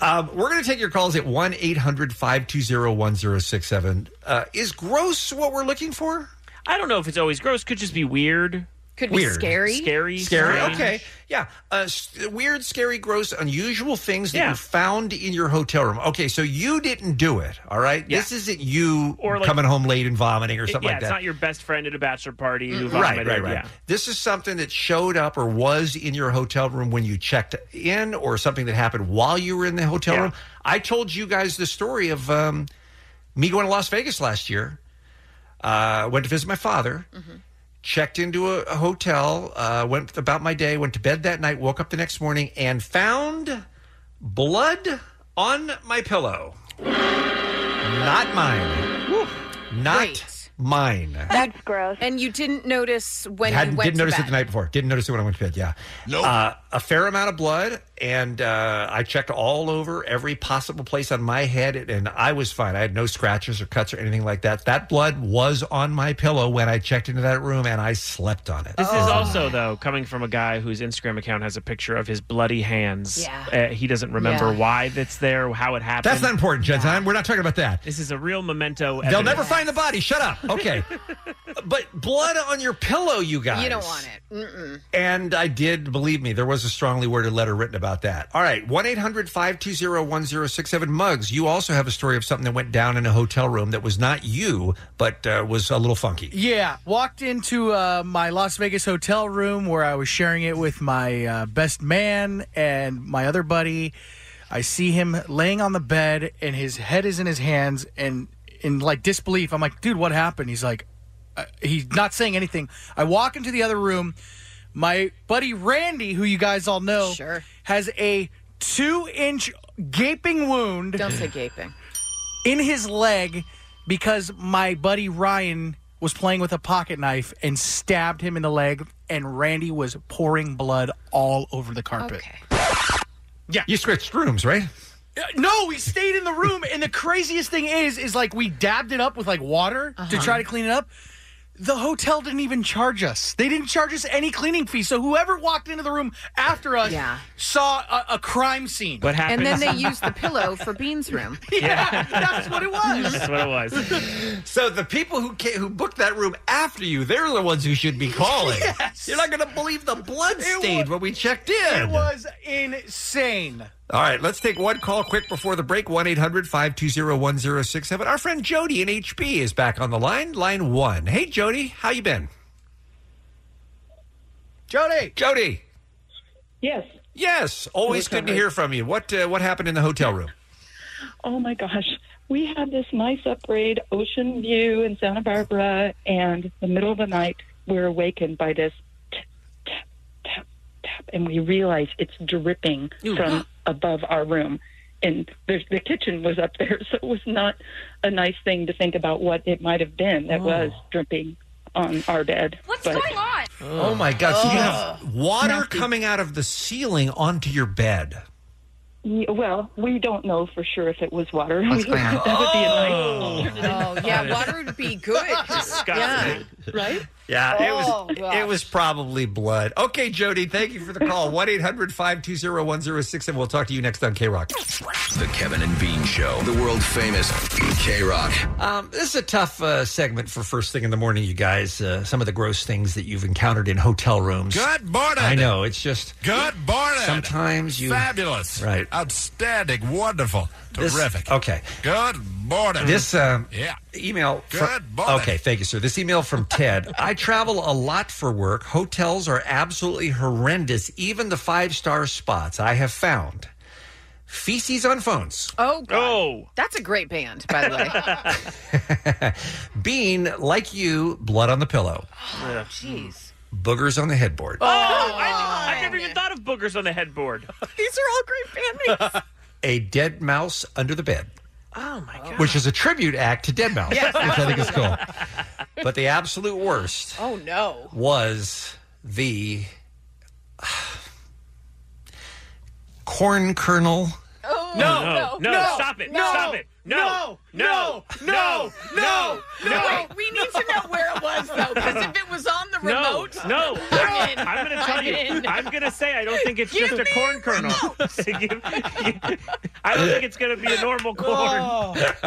Um, we're going to take your calls at 1 800 520 1067. Uh, Is gross what we're looking for? I don't know if it's always gross. Could just be weird. Could be Weird. scary. Scary. Scary. strange. Okay. Yeah. Uh, s- weird, scary, gross, unusual things that Yeah. you found in your hotel room. Okay. So you didn't do it. All right. Yeah. This isn't you Or like- coming home late and vomiting or It- something yeah, like it's that. Mm. not your best friend at a bachelor party. Who Right, vomited. right, right. Yeah. This is something that showed up or was in your hotel room when you checked in, or something that happened while you were in the hotel room. I told you guys the story of um, me going to Las Vegas last year. Uh, went to visit my father, checked into a, a hotel, uh, went about my day, went to bed that night, woke up the next morning, and found blood on my pillow. Not mine. Not mine. That's gross. And you didn't notice when Hadn't- you went didn't notice to it bed. the night before. Didn't notice it when I went to bed. Yeah, no. Uh, a fair amount of blood, and uh, I checked all over every possible place on my head, and I was fine. I had no scratches or cuts or anything like that. That blood was on my pillow when I checked into that room, and I slept on it. This is also though coming from a guy whose Instagram account has a picture of his bloody hands. Yeah. Uh, he doesn't remember Yeah. why that's there, how it happened. That's not important, Jen. Time. We're not talking about that. This is a real memento. They'll never find the body. Shut up. Okay. but blood on your pillow, you guys. You don't want it. Mm-mm. And I did, believe me, there was a strongly worded letter written about that. All right, 1 800 520 1067 Mugs, you also have a story of something that went down in a hotel room that was not you, but uh, was a little funky. Yeah, walked into uh, my Las Vegas hotel room where I was sharing it with my uh, best man and my other buddy. I see him laying on the bed and his head is in his hands and in like disbelief. I'm like, dude, what happened? He's like, uh, he's not saying anything. I walk into the other room. My buddy Randy, who you guys all know, Sure. has a two inch gaping wound. Don't say gaping. in his leg because my buddy Ryan was playing with a pocket knife and stabbed him in the leg, and Randy was pouring blood all over the carpet. Yeah. You switched rooms, right? Uh, No, we stayed in the room, and the craziest thing is, is like we dabbed it up with like water to Uh-huh. try to clean it up. The hotel didn't even charge us. They didn't charge us any cleaning fee. So whoever walked into the room after us saw a, a crime scene. What And then they used the pillow for Bean's room. yeah, that's what it was. That's what it was. So the people who ca who booked that room after you, they're the ones who should be calling. Yes. You're not going to believe the blood stained when we checked in. It was insane. All right, let's take one call quick before the break 1 800 520 1067. Our friend Jody in HB is back on the line, line one. Hey, Jody, how you been? Jody. Jody. Yes. Yes. Always good to hear from you. What uh, what happened in the hotel room? Oh my gosh. We had this nice upgrade ocean view in Santa Barbara, and the middle of the night, we're awakened by this tap, tap, tap, tap, and we realize it's dripping from above our room. And there's, the kitchen was up there, so it was not a nice thing to think about what it might have been that was dripping on our bed. What's going on? Oh, my God! So you have water coming out of the ceiling onto your bed. Yeah, well, we don't know for sure if it was water. What's going on? that would be a nice Oh. Oh, That is yeah, water would be good. disgusting. right? Yeah, Oh, it was gosh. it was probably blood. Okay, Jody, thank you for the call. 1-800-520-1067. We'll talk to you next on K-Rock. The Kevin and Bean Show, the world famous K-Rock. Um, this is a tough uh, segment for first thing in the morning, you guys. Uh, some of the gross things that you've encountered in hotel rooms. Good morning. I know it's just Good morning. Sometimes you fabulous, right? Outstanding, wonderful, This- terrific. okay. Good morning. This um, yeah. email. fr- Good morning. Okay, thank you, sir. This email from Ted. I travel a lot for work. Hotels are absolutely horrendous, even the five star spots. I have found feces on phones. Oh, oh, that's a great band, by the way. Bean, like you, blood on the pillow, Jeez. boogers on the headboard. Oh, I, I've never even thought of boogers on the headboard. These are all great band names. a dead mouse under the bed, oh my god. which is a tribute act to Dead Mouse, Yes. which I think is cool. But the absolute worst Oh no. was the uh, corn kernel. Oh No, no, no, stop it, stop it. No, no, no, no, no. Wait, we need to know where it was though, because if it was on the remote, No, no. I'm in. I'm going to tell I'm you. in. I'm going to say I don't think it's Give just a me corn kernel. Give- I don't think it's going to be a normal corn. Oh.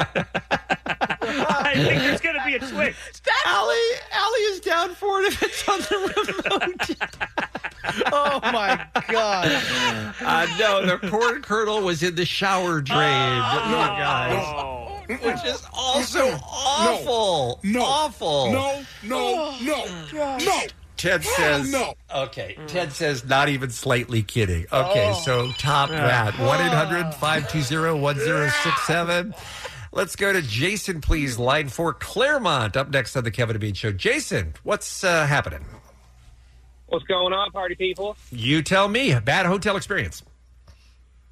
I think there's going to be a twist. Allie, Allie is down for it if it's on the remote. oh my god! Uh, no, the corn kernel was in the shower drain. you guys. Which is also awful. No. Awful. No. No. No. No. Ted Hell says, no. okay, Ted says, not even slightly kidding. Okay, Oh. so top that. Oh. 1 800 520 1067. Let's go to Jason, please. Line for Claremont up next on the Kevin and Bean Show. Jason, what's uh, happening? What's going on, party people? You tell me. A bad hotel experience.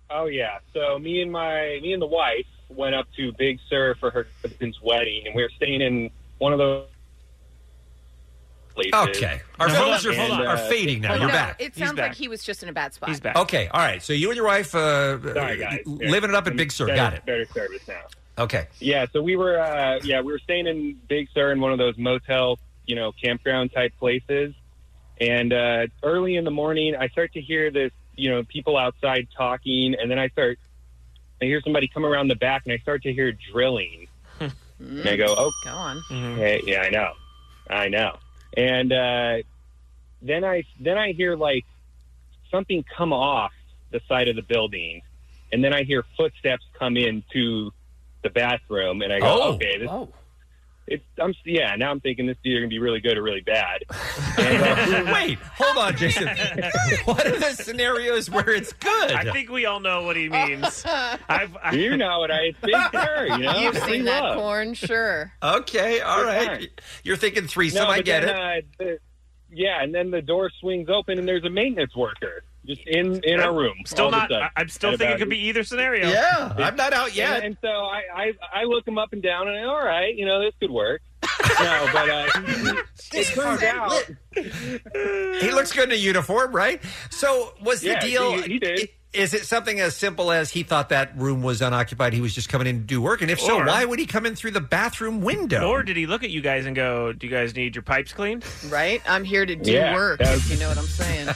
Oh yeah. So me and my me and the wife went up to Big Sur for her husband's wedding, and we were staying in one of those. Places. Okay. Our And, phones are, uh, are fading now. Well, You're no, back. Oh. It sounds like he was just in a bad spot. Okay, all right. So you and your wife uh, Sorry, guys. living it up at Big Sur. Better- Got it. Better service now. Okay. Yeah, so we were uh, yeah we were staying in Big Sur in one of those motel you know campground type places, and uh, early in the morning I start to hear this you know people outside talking, and then I start I hear somebody come around the back, and I start to hear drilling. And I go, oh, go on. Mm-hmm. Mm-hmm. Hey, yeah, I know, I know. And uh, then I then I hear like something come off the side of the building, and then I hear footsteps come into the bathroom, and I go, Oh. okay, this. It's, I'm yeah. Now I'm thinking this deer gonna be really good or really bad. And, uh, Wait, hold on, Jason. what are the scenarios where it's good? I I think we all know what he means. I've, I, you know what I think, sure. You know, You've free seen that love. corn, sure. Okay, all right. You're thinking threesome. No, I but get then, it. Uh, the, yeah, and then the door swings open, and there's a maintenance worker just in in our room. Still all of a not. sudden, I, I'm still at thinking it about- could be either scenario. It- And, and so I, I I look him up and down, and all right, you know this could work. no, but uh, it turns out He looks good in a uniform, right? So, was the Yeah, deal? he- he did. i- Is it something as simple as he thought that room was unoccupied? He was just coming in to do work, and if so, Or- why would he come in through the bathroom window? Or did he look at you guys and go, "Do you guys need your pipes cleaned?" Right? I'm here to do Yeah, work, that if you know what I'm saying.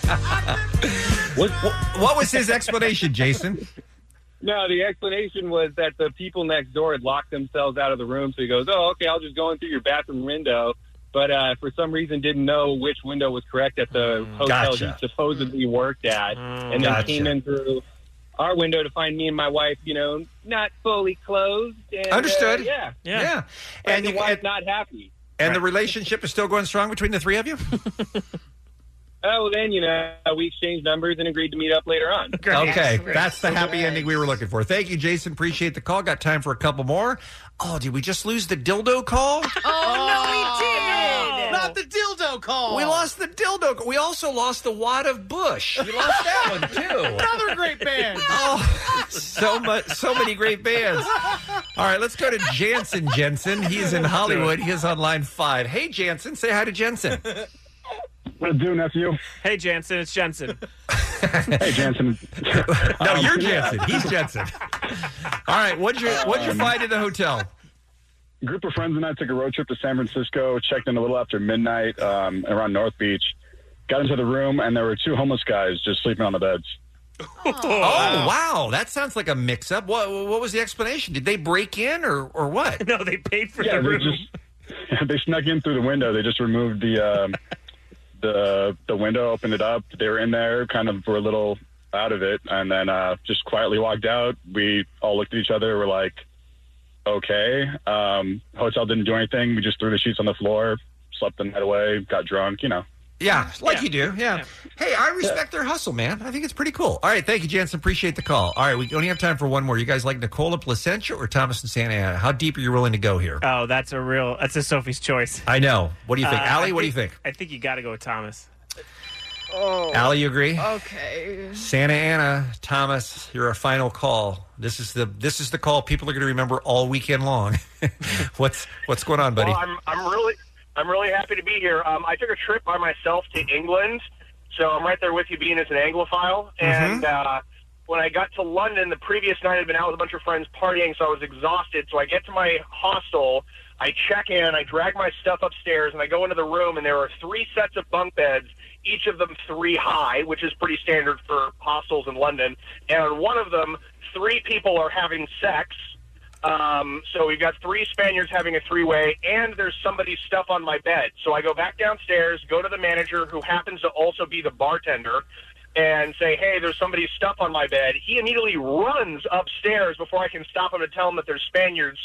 what, what was his explanation, Jason? no. The explanation was that the people next door had locked themselves out of the room, so he goes, "Oh, okay, I'll just go in through your bathroom window." But uh, for some reason, didn't know which window was correct at the hotel Mm, Gotcha. Mm, he supposedly worked at, and then Gotcha. came in through our window to find me and my wife, you know, not fully closed. And, uh, Understood. yeah, Yeah. Yeah. And, the wife's not happy. And the relationship is still going strong between the three of you? Oh, well, then, you know, we exchanged numbers and agreed to meet up later on. Okay, that's the happy ending we were looking for. Thank you, Jason. Appreciate the call. Got time for a couple more. Oh, did we just lose the dildo call? Oh, no, we did. Not the dildo call. We lost the dildo. We also lost the wad of Bush. We lost that one too. Another great band. Oh, so much, so many great bands. All right, let's go to Jansen. Jensen, he's in Hollywood. He is on line five. Hey, Jansen, say hi to Jensen. What do, nephew? Hey, Jansen, it's Jensen. hey, Jensen. no, Um, you're Jensen. He's Jensen. All right, what'd you what'd you Um, find at the hotel? group of friends and I took a road trip to San Francisco, checked in a little after midnight um, around North Beach, got into the room, and there were two homeless guys just sleeping on the beds. Oh wow. that sounds like a mix-up. What what was the explanation? Did they break in or or what? No, they paid for Yeah, they just they snuck in through the window. They just removed the um, the the window, opened it up. They were in there, kind of were a little out of it, and then uh, just quietly walked out. We all looked at each other. We're like, okay. Um, hotel didn't do anything. We just threw the sheets on the floor, slept the night away, got drunk. You know. Yeah, like you do. Yeah. Hey, I respect their hustle, man. I think it's pretty cool. All right, thank you, Jansen. Appreciate the call. All right, we only have time for one more. You guys like Nicola Placentia or Thomas and Santa Ana? How deep are you willing to go here? Oh, that's a real, that's a Sophie's choice. I know. What do you think, Uh, Allie? I What do you think? I think you got to go with Thomas. Oh. Allie, you agree? Okay. Santa Ana, Thomas, you're our final call. This is the this is the call people are going to remember all weekend long. what's what's going on, buddy? Well, I'm, I'm really, I'm really happy to be here. Um, I took a trip by myself to England, so I'm right there with you, being as an Anglophile. Mm-hmm. And uh, when I got to London, the previous night I'd been out with a bunch of friends partying, so I was exhausted. So I get to my hostel, I check in, I drag my stuff upstairs, and I go into the room, and there are three sets of bunk beds. Each of them three high, which is pretty standard for hostels in London. And on one of them, three people are having sex. Um, so we've got three Spaniards having a three way, and there's somebody's stuff on my bed. So I go back downstairs, go to the manager, who happens to also be the bartender, and say, Hey, there's somebody's stuff on my bed. He immediately runs upstairs before I can stop him to tell him that there's Spaniards,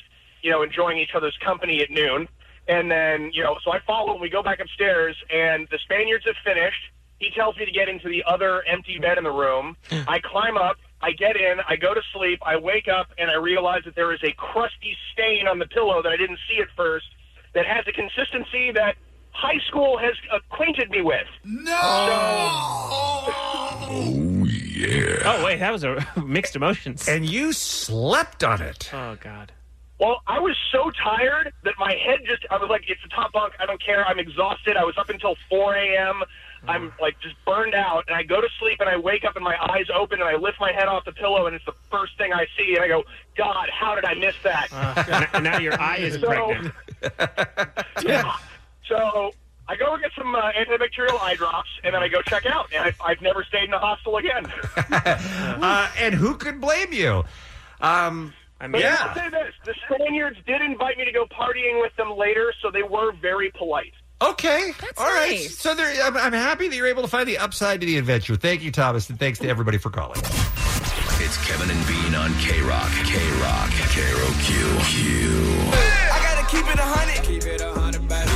you know, enjoying each other's company at noon. And then, you know, so I follow him. We go back upstairs, and the Spaniards have finished. He tells me to get into the other empty bed in the room. I climb up, I get in, I go to sleep, I wake up, and I realize that there is a crusty stain on the pillow that I didn't see at first that has a consistency that high school has acquainted me with. No! Yeah. Oh wait, that was a mixed emotions. And you slept on it. Oh God. Well, I was so tired that my head just, I was like, it's the top bunk. I don't care. I'm exhausted. I was up until 4 a.m. I'm like just burned out. And I go to sleep and I wake up and my eyes open and I lift my head off the pillow and it's the first thing I see. And I go, God, how did I miss that? and now your eye is So- pregnant. yeah. So I go get some uh, antibacterial eye drops and then I go check out. And I've, I've never stayed in a hostel again. Uh, and who could blame you? Um, I But I will say this: the Spaniards did invite me to go partying with them later, so they were very polite. Okay. All right. So there, I'm, I'm happy that you're able to find the upside to the adventure. Thank you, Thomas, and thanks to everybody for calling. It's Kevin and Bean on K Rock. K Rock. K R O Q. I gotta keep it a hundred. Keep it a hundred, baby.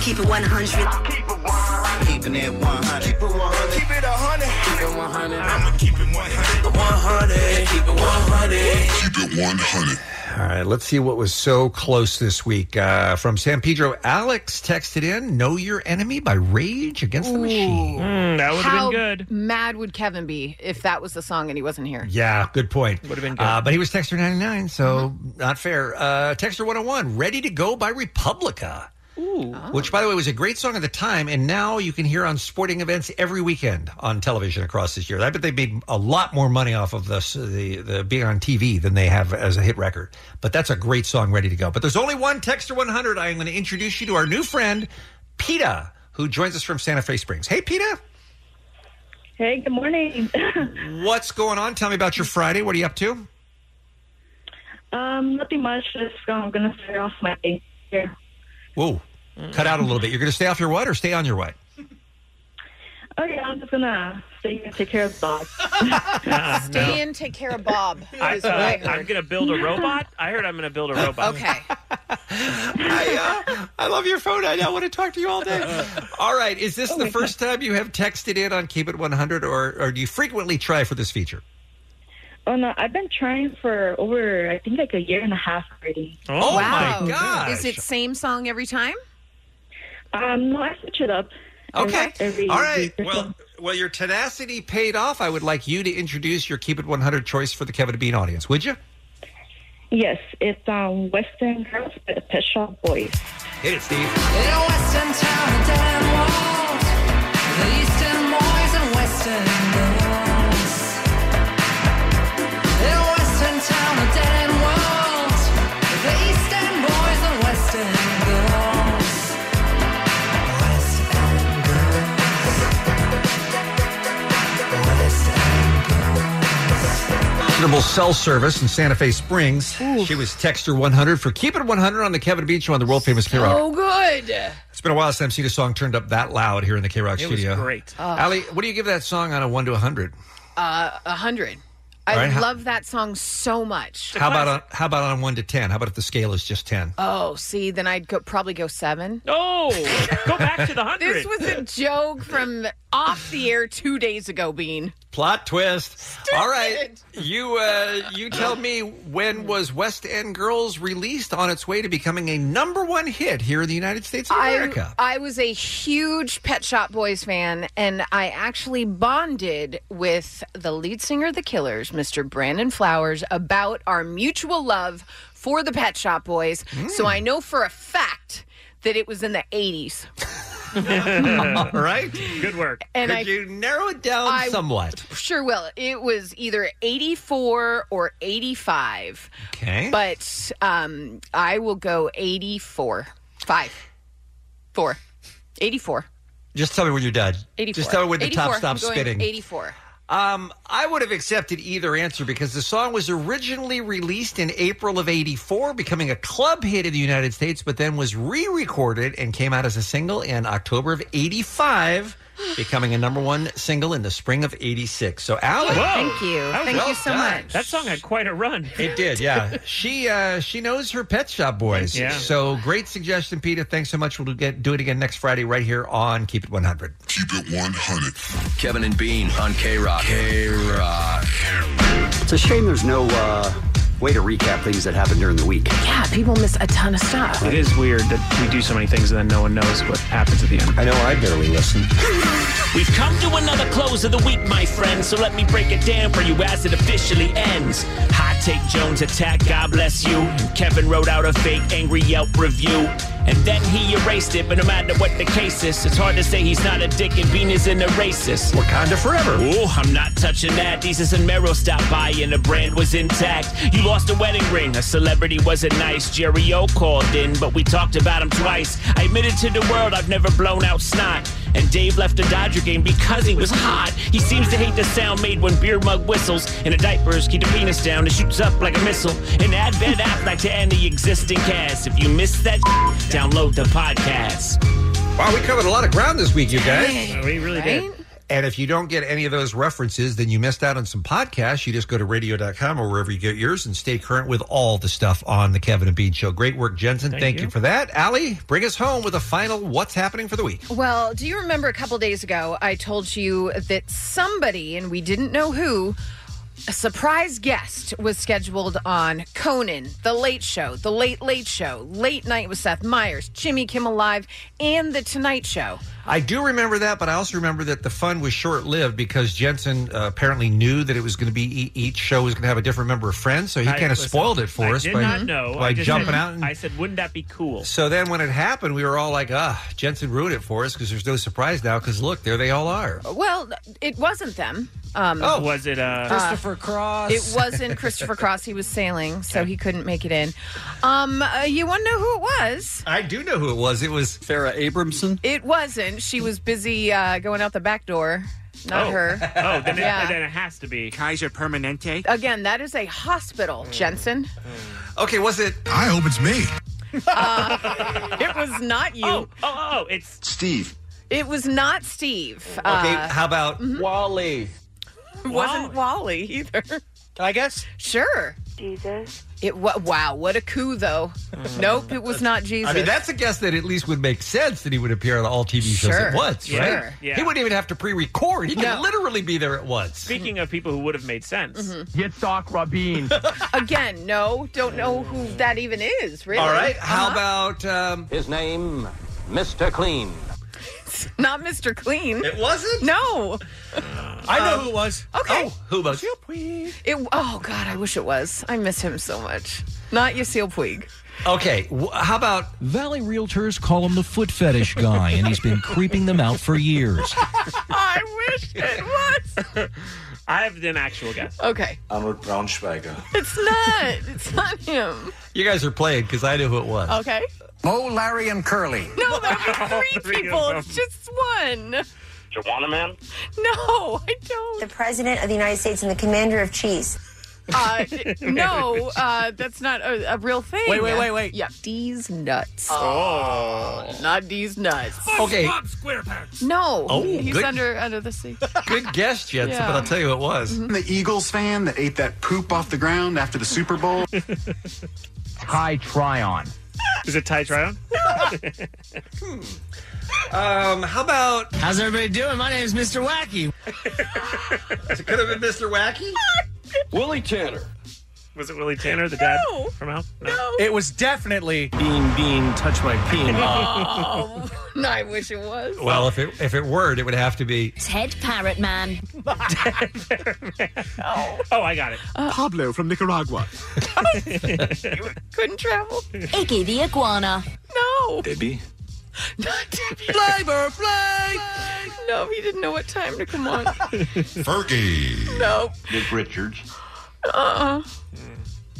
Keep it one hundred, I keep it one hundred. Keep it one hundred. Keeping it one hundred. Keep it one hundred. Keep it a hundred. Keep it one hundred. I'ma keep it one hundred. One hundred. Keep it one hundred. Keep it 100. All right, let's see what was so close this week. Uh, from San Pedro, Alex texted in Know Your Enemy by Rage Against the Machine. that How mad would Kevin be if that was the song and he wasn't here? Yeah, good point. Would have been good. Uh-huh. Uh, but he was Texter 99, so not fair. Uh, Texter 101, Ready to Go by Republica. Ooh. Uh-huh. Which, by the way, was a great song at the time, and now you can hear on sporting events every weekend on television across this year. I bet they made a lot more money off of this, the, the being on TV than they have as a hit record. But that's a great song, ready to go. But there's only one Texter 100. I am going to introduce you to our new friend, PETA, who joins us from Santa Fe Springs. Hey, PETA, Hey, good morning. what's going on? Tell me about your Friday. What are you up to? um, nothing much. Just um, gonna start off my day here. Whoa. Cut out a little bit. You're going to stay off your what or stay on your what? Okay, I'm just gonna stay here and take care of the dog. Stay in, take care of Bob. Uh, I, uh, is what I am heard. going to build a robot. I heard I'm going to build a robot. Okay. I, uh, I love your phone. I now want to talk to you all day. Oh All right. Is this the first time you have texted in on Keep It 100, or, or do you frequently try for this feature? Oh no, I've been trying for over I think like a year and a half already. Oh, wow. my gosh. Is it same song every time? Um, no, I switch it up. Okay. All right. Well, well, your tenacity paid off. I would like you to introduce your Keep It 100 choice for the Kevin and Bean audience, would you? Yes, it's um Western Girls by the Pet Shop Boys. Hit it, Steve. Western town and down walls, the eastern boys and western girls. In western town and down walls, the eastern boys and western girls. Western girls. Western Equitable Cell Service in Santa Fe Springs. She was Texter 100 for Keep It 100 on the Kevin and Bean Show on the world famous K Rock. Oh, good. It's been a while since I've seen a song turned up that loud here in the K Rock It was studio. great. Oh. Ali, what do you give that song on a 1 to 100? Uh, a hundred. I All right, how- love that song so much. How about on how about on 1 to 10? How about if the scale is just 10? Oh, see, then I'd go, probably go seven. Oh, go back to the This was a joke from off the air two days ago, Bean. Plot twist. All right. You uh, you tell me when was West End Girls released on its way to becoming a number 1 hit here in the United States of America? I, I was a huge Pet Shop Boys fan, and I actually bonded with the lead singer of The Killers, Mr. Brandon Flowers, about our mutual love for the Pet Shop Boys. Hmm. So I know for a fact that it was in the 80s. All right. Good work. And Could I- you narrow it down I- somewhat? Sure will. It was either 84 or 85. Okay. But um, I will go 84. 5. 4. 84. Just tell me when you're done. 84. Just tell me when the 84. top I'm stops going spinning. 84. Um, I would have accepted either answer because the song was originally released in April of 84, becoming a club hit in the United States, but then was re recorded and came out as a single in October of 85, becoming a number one single in the spring of 86. So, Allie. Thank you. That was Thank well you so done. much. That song had quite a run. It did, yeah. she uh, she knows her Pet Shop Boys. Yeah. So great suggestion, Peter. Thanks so much. We'll get do it again next Friday right here on Keep It 100. Keep it 100. Kevin and Bean on K Rock. K Rock. It's a shame there's no uh, way to recap things that happened during the week. Yeah, people miss a ton of stuff. It is weird that we do so many things and then no one knows what happens at the end. I know I barely listen. We've come to another close of the week, my friend, so let me break it down for you as it officially ends. Hot Take Jones attack, God bless you. Kevin wrote out a fake angry Yelp review, and then he erased it, but no matter what the case is, it's hard to say he's not a dick and Bean isn't a racist. Wakanda forever. Ooh, I'm not touching that. Jesus and Meryl stopped by and the brand was intact. You lost a wedding ring, a celebrity wasn't nice. Jerry O called in, but we talked about him twice. I admitted to the world I've never blown out snot. And Dave left the Dodger game because he was hot. He seems to hate the sound made when beer mug whistles. And the diapers keep the penis down and shoots up like a missile. And add Van Affleck to any existing cast. If you missed that, download the podcast. Wow, we covered a lot of ground this week, you guys. We really Oh, did. And if you don't get any of those references, then you missed out on some podcasts. You just go to radio.com or wherever you get yours and stay current with all the stuff on the Kevin and Bean Show. Great work, Jensen. Thank, Thank you. you. for that. Allie, bring us home with a final what's happening for the week. Well, do you remember a couple days ago I told you that somebody, and we didn't know who, a surprise guest was scheduled on Conan, The Late Show, The Late Late Show, Late Night with Seth Meyers, Jimmy Kimmel Live, and The Tonight Show. I do remember that, but I also remember that the fun was short lived because Jensen uh, apparently knew that it was going to be e- each show was going to have a different member of friends. So he I- kind of listen, spoiled it for I us did by, not know. I by just jumping said- out. And, I said, wouldn't that be cool? so then when it happened, we were all like, ah, Jensen ruined it for us because there's no surprise now because look, there they all are. Oh. Well, it wasn't them. Um, was it uh, Christopher Cross? It wasn't Christopher Cross. He was sailing, so he couldn't make it in. Um, uh, you want to know who it was? I do know who it was. It was Farrah Abramson. It wasn't. She was busy uh, going out the back door. Not oh. her. Oh, then, Yeah. it, then it has to be. Kaiser Permanente. Again, that is a hospital, Jensen. Okay, was it? I hope it's me. Uh, it was not you. Oh, oh, oh, it's Steve. It was not Steve. Uh, mm-hmm. Okay, how about Wally? Wasn't Wally either. Can I guess? Sure. Jesus. It wa- wow, what a coup though. nope, it was not Jesus. I mean, that's a guess that at least would make sense that he would appear on all TV shows Sure. at once, Yeah. right? Yeah. He wouldn't even have to pre-record. He could No. literally be there at once. Speaking of people who would have made sense, Mhm. Yitzhak Rabin. Again, no, don't know who that even is, really. Uh-huh. All right. How about um, his name, Mr. Clean? Uh-huh. Not Mr. Clean. It wasn't? No. I know who it was. Uh, Okay. who was? It oh god, I wish it was. I miss him so much. Not Yasiel Puig. Okay, wh- how about Valley Realtors call him the foot fetish guy, and he's been creeping them out for years. I wish it was. I have an actual guess. Okay. Arnold Braunschweiger. It's not. It's not him. You guys are playing because I knew who it was. Okay. Mo, Larry, and Curly. No, that would be three people. It's just one. Joanna Man. No, I don't. The President of the United States and the Commander of Cheese. Uh, no, uh, that's not a, a real thing. Wait, wait, wait, wait. Yeah, D's nuts. Oh. not D's nuts. Okay. No. Oh, he's good. under under the sea. Good guess, Jensen, Yeah. Mm-hmm. but I'll tell you who it was. The Eagles fan that ate that poop off the ground after the Super Bowl. Ty Tryon. Is it Ty Tryon? Hmm. Um, how about how's everybody doing? My name's Mr. Wacky. it could have been Mr. Wacky. Willie Tanner. Was it Willie Tanner, the dad No. from Al? It was definitely Bean Bean touch my peen. Oh, no, I wish it was. Well, if it if it were, it would have to be. Ted Parrot Man. Oh, I got it. Pablo from Nicaragua. Oh, Couldn't travel. Iggy the iguana. No. Debbie. Not Debbie. Fly, bird, fly. No, he didn't know what time to come on. Fergie. no. Nick Richards. Uh-uh.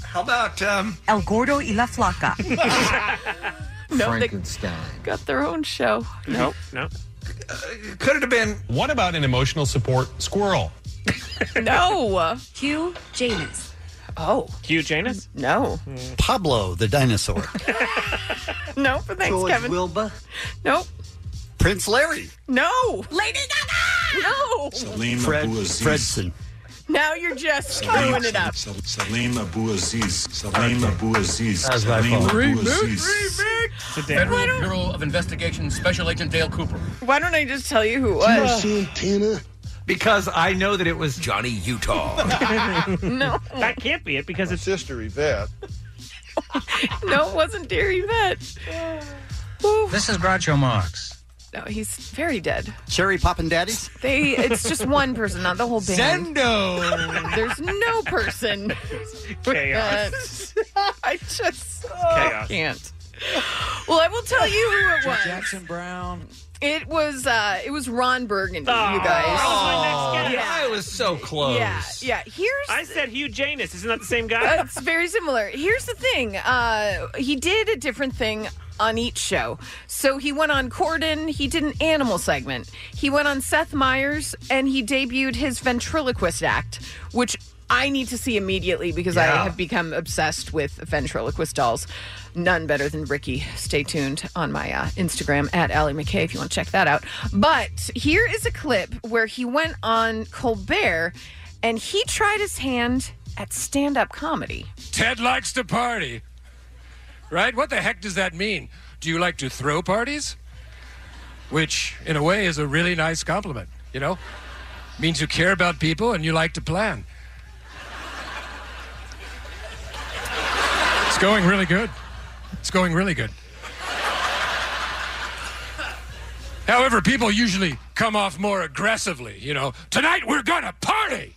How about um, El Gordo y la Flaca. No, they got their own show. Nope, no. Uh, Could it have been? What about an emotional support squirrel? No. Hugh Janus. Oh. Hugh Janus? No. Pablo the dinosaur. No, but thanks, George Kevin. Wilbur. Nope. Prince Larry. No. Lady Gaga. No. Fred Fredson. Now you're just screwing it up. Salim Abouaziz. Salim Abouaziz. That's my Salim fault. Abouaziz. Federal Bureau of Investigation Special Agent Dale Cooper. Why don't I just tell you who it was? Tina? Because I know that it was Johnny Utah. no. That can't be it because it's Sister Yvette. No, it wasn't Dear Yvette. This is Groucho Marx. No, he's very dead. Cherry Poppin' Daddies. They. It's just one person, not the whole band. Zendo. There's no person. Chaos. I just Chaos. can't. Well, I will tell you who it was. Jackson Brown. It was uh it Oh, was Ron Burgundy, you guys. Ah. Oh, I was so close. Yeah, yeah. Here's I said Hugh Janus. Isn't that the same guy? Uh, It's very similar. Here's the thing. Uh, he did a different thing on each show. So he went on Corden, he did an animal segment. He went on Seth Meyers and he debuted his ventriloquist act, which I need to see immediately because I Yeah. have become obsessed with ventriloquist dolls. None better than Ricky. Stay tuned on my uh, Instagram at Allie McKay if you want to check that out. But here is a clip where he went on Colbert and he tried his hand at stand up comedy. Ted likes to party. Right? What the heck does that mean? Do you like to throw parties? Which, in a way, is a really nice compliment, you know? Means you care about people and you like to plan. It's going really good. It's going really good. However, people usually come off more aggressively, you know. Tonight we're gonna party.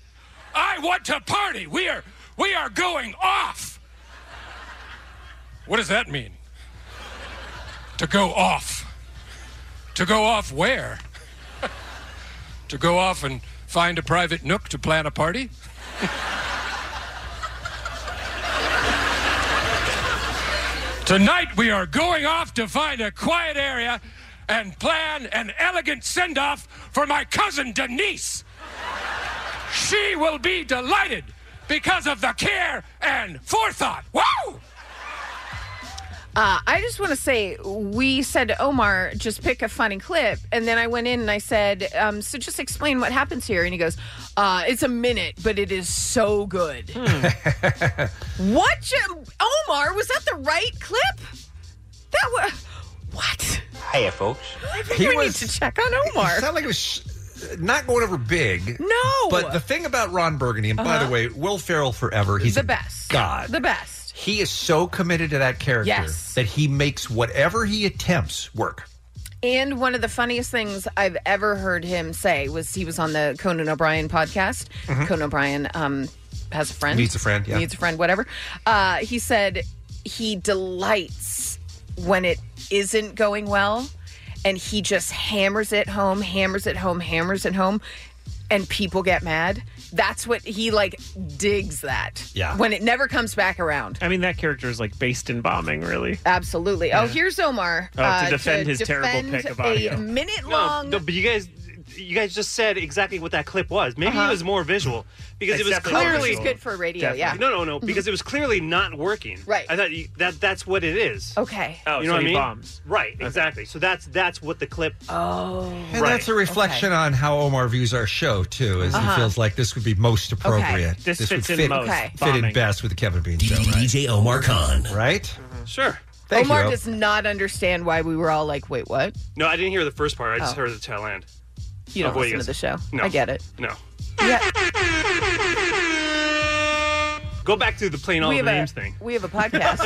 I want to party. We are we are going off. What does that mean? To go off. To go off where? to go off and find a private nook to plan a party? Tonight we are going off to find a quiet area and plan an elegant send off for my cousin Denise. She will be delighted because of the care and forethought. Woo! Uh, I just want to say we said to Omar, just pick a funny clip. And then I went in and I said, um, so just explain what happens here. And he goes, uh, it's a minute, but it is so good. Hmm. what? ju- Omar, was that the right clip? That was. What? Hiya, folks. I think we need to check on Omar. It sounded like it was not going over big. No. But the thing about Ron Burgundy, and by Uh-huh. the way, Will Ferrell forever, he's the a best. God. The best. He is so committed to that character Yes. that he makes whatever he attempts work. And one of the funniest things I've ever heard him say was he was on the Conan O'Brien podcast. Mhm. Conan O'Brien um, has a friend. Needs a friend, yeah. Needs a friend, whatever. Uh, he said he delights when it isn't going well and he just hammers it home, hammers it home, hammers it home, and people get mad. That's what he like digs that. Yeah. When it never comes back around. I mean, that character is like based in bombing, really. Absolutely. Oh, Yeah. here's Omar. uh, Oh, to defend his terrible pick of audio. A minute No, long. no, but you guys, you guys just said exactly what that clip was. Maybe Uh-huh. it was more visual because it was Exactly. Oh, it's clearly good for radio, yeah. Mm-hmm. No, no, no, because it was clearly not working. Right. I thought you, that that's what it is. Okay. Oh, you know so what I he mean? bombs. Right. Exactly. So that's that's what the clip. Oh. And that's a reflection on how Omar views our show, too, as Uh-huh. he feels like this would be most appropriate. This fits would in fit, most. Okay. fit in Bombing. best with the Kevin Bean show. DJ Omar Khan. Right? Sure. Thank Omar you. Al. does not understand why we were all like, wait, what? No, I didn't hear the first part. I just Oh. heard the tail end. You don't Of what listen to the guys- show. No. I get it. No. Yeah. Go back to the plain old we have names a, thing. We have a podcast.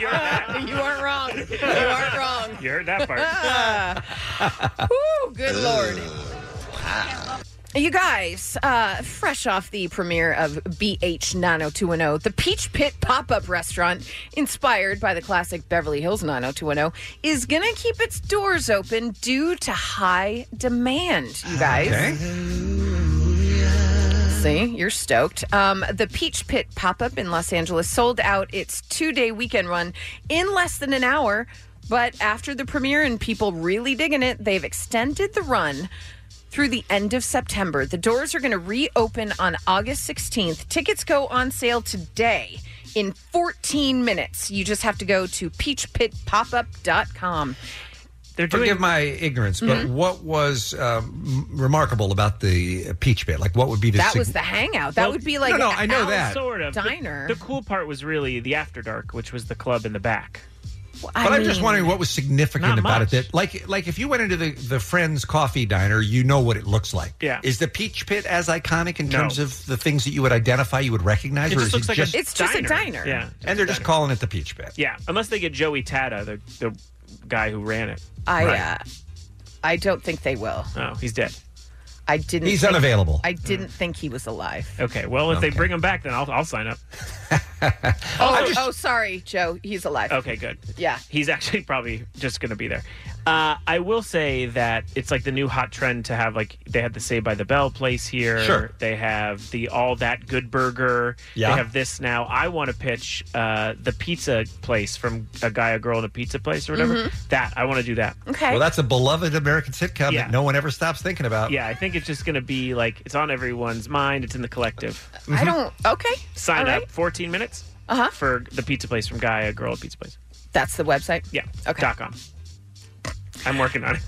you aren't wrong. You aren't wrong. You heard that part. Woo, good lord. You guys, uh, fresh off the premiere of BH 90210, oh, the Peach Pit pop up restaurant, inspired by the classic Beverly Hills 90210, is going to keep its doors open due to high demand, you guys. See, you're stoked. Um, the Peach Pit pop up in Los Angeles sold out its two day weekend run in less than an hour. But after the premiere and people really digging it, they've extended the run through the end of September. The doors are going to reopen on August 16th. Tickets go on sale today in 14 minutes. You just have to go to peachpitpopup.com. They're Forgive my ignorance, but Mhm. what was um, m- remarkable about the uh, peach pit? Like, what would be the That sig- was the hangout. That Well, would be like no, no, I know Al's that. Sort of. The- diner. The, cool part was really the after dark, which was the club in the back. But I'm just wondering what was significant Not about much. it. That like like if you went into the the Friends Coffee Diner, you know what it looks like. Yeah. Is the Peach Pit as iconic in terms of the things that you would identify, you would recognize, It or just is looks it like a just It's just a diner. diner. Yeah. And they're just calling it the Peach Pit. Yeah, unless they get Joey Tata, the, the guy who ran it. I Right. uh, I don't think they will. Oh, he's dead. I didn't. He's think- unavailable. I didn't think he was alive. Okay, well, if they Okay. bring him back, then I'll, I'll sign up. Oh, oh, sorry, Joe. He's alive. Okay, good. Yeah. He's actually probably just going to be there. Uh, I will say that it's like the new hot trend to have like they had the Say by the Bell place here. Sure. They have the All That Good Burger. Yeah. They have this now. I want to pitch uh, the pizza place from a guy, a girl, and a pizza place or whatever. Mhm. That I want to do that. Okay. Well, that's a beloved American sitcom Yeah. that no one ever stops thinking about. Yeah, I think it's just going to be like it's on everyone's mind. It's in the collective. Mm-hmm. I don't. Okay. Sign All right. up. Fourteen minutes. Uh-huh. For the pizza place from guy, a girl, a pizza place. That's the website. Yeah. Okay. Dot com. I'm working on it.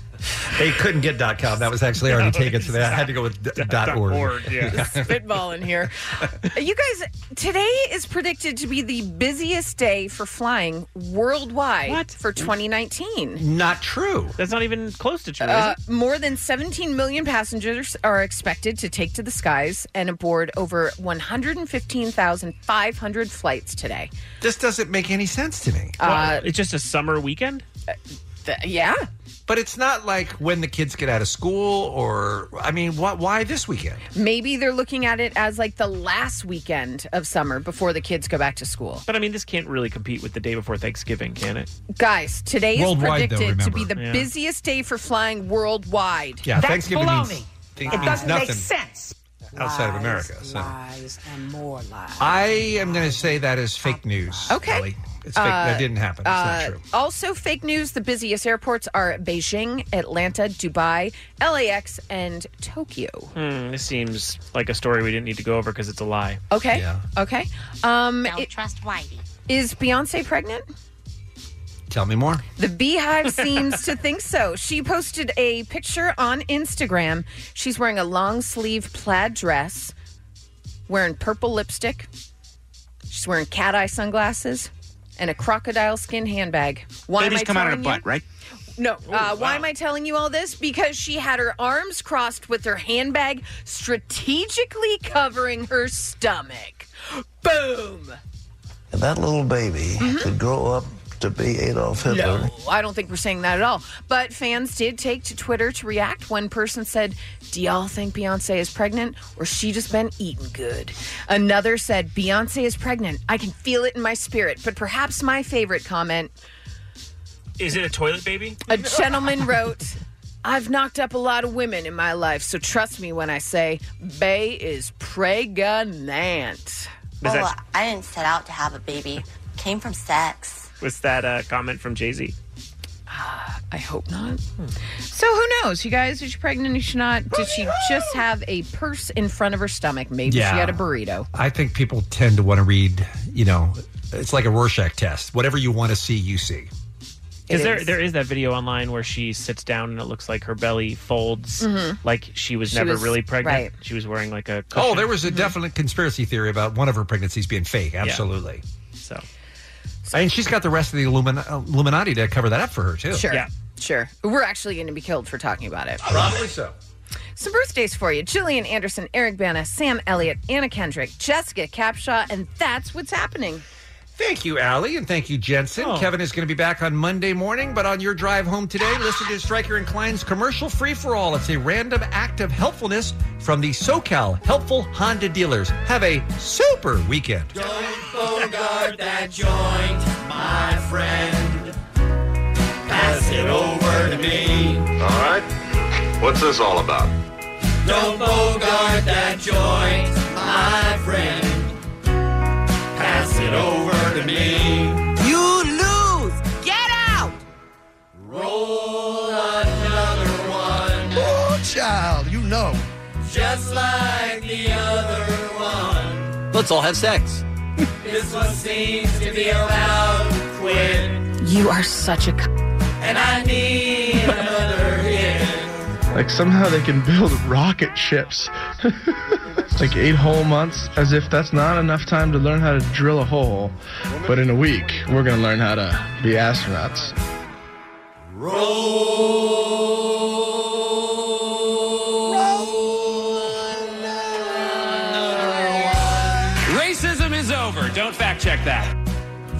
They couldn't get .com. That was actually already taken, so they had to go with d- dot .org. org, yeah. Spitball in here. You guys, today is predicted to be the busiest day for flying worldwide for 2019. Not true. That's not even close to true. Uh, is it? more than 17 million passengers are expected to take to the skies and aboard over 115,500 flights today. This doesn't make any sense to me. Uh, it's just a summer weekend. yeah. But it's not like when the kids get out of school, or I mean, why, why this weekend? Maybe they're looking at it as like the last weekend of summer before the kids go back to school. But I mean, this can't really compete with the day before Thanksgiving, can it? Guys, today is Worldwide, though, predicted to be remember. the Yeah. busiest day for flying worldwide. Yeah, That's Thanksgiving means- baloney. think- It means doesn't make nothing. sense. outside of America. So Lies and more lies. I am going to say that is fake news. Okay. Uh, Ellie. It's fake. that didn't happen. It's not true. Also, fake news. The busiest airports are Beijing, Atlanta, Dubai, LAX, and Tokyo. Hmm, this seems like a story we didn't need to go over because it's a lie. Okay. Okay. Um, Don't trust Whitey. Is Beyonce pregnant? Tell me more. The beehive seems to think so. She posted a picture on Instagram. She's wearing a long sleeve plaid dress, wearing purple lipstick. She's wearing cat eye sunglasses and a crocodile skin handbag. Why Babies am I come out of her telling butt, right? you? No. uh, Why am I telling you all this? Because she had her arms crossed with her handbag strategically covering her stomach. Boom. That little baby Mm-hmm. could grow up to be Adolf Hitler. Well, I don't think we're saying that at all. But fans did take to Twitter to react. One person said, Do y'all think Beyonce is pregnant or she just been eating good? Another said, Beyonce is pregnant. I can feel it in my spirit. But perhaps my favorite comment Is it a toilet baby? a gentleman wrote, I've knocked up a lot of women in my life, so trust me when I say Bay is pregnant. Well, Oh, I didn't set out to have a baby. Came from sex. Was that uh, a comment from Jay Z? I hope not. Hmm. So who knows, you guys? Is she pregnant? Is she not? Did she just have a purse in front of her stomach? Maybe Yeah. she had a burrito. I think people tend to want to read, you know, it's like a Rorschach test. Whatever you want to see, you see. Because there, there is that video online where she sits down and it looks like her belly folds, Mhm. like she was She never was- really pregnant. right. She was wearing like a Oh, cushion. there Mm-hmm. was a definite conspiracy theory about one of her pregnancies being fake. Absolutely. So. And she's got the rest of the Illumin- Illuminati to cover that up for her, too. Sure. Sure. We're actually going to be killed for talking about it. Probably so. Some birthdays for you Jillian Anderson, Eric Bana, Sam Elliott, Anna Kendrick, Jessica Capshaw, and that's what's happening. Thank you, Allie, and thank you, Jensen. Kevin is going to be back on Monday morning, but on your drive home today, listen to Stryker and Klein's commercial free for all. It's a random act of helpfulness from the SoCal Helpful Honda Dealers. Have a super weekend. Bogart that joint, my friend. Pass it over to me. All right. What's this all about? Don't Bogart that joint, my friend. Pass it over to me. You lose. Get out. Roll another one. Oh, child, you know. Just like the other one. Let's all have sex. This one seems to be about to quit. You are such a. And I need another hit. Like somehow they can build rocket ships. like eight whole months, as if that's not enough time to learn how to drill a hole. But in a week, we're gonna learn how to be astronauts. Racism is over. Don't fact check that.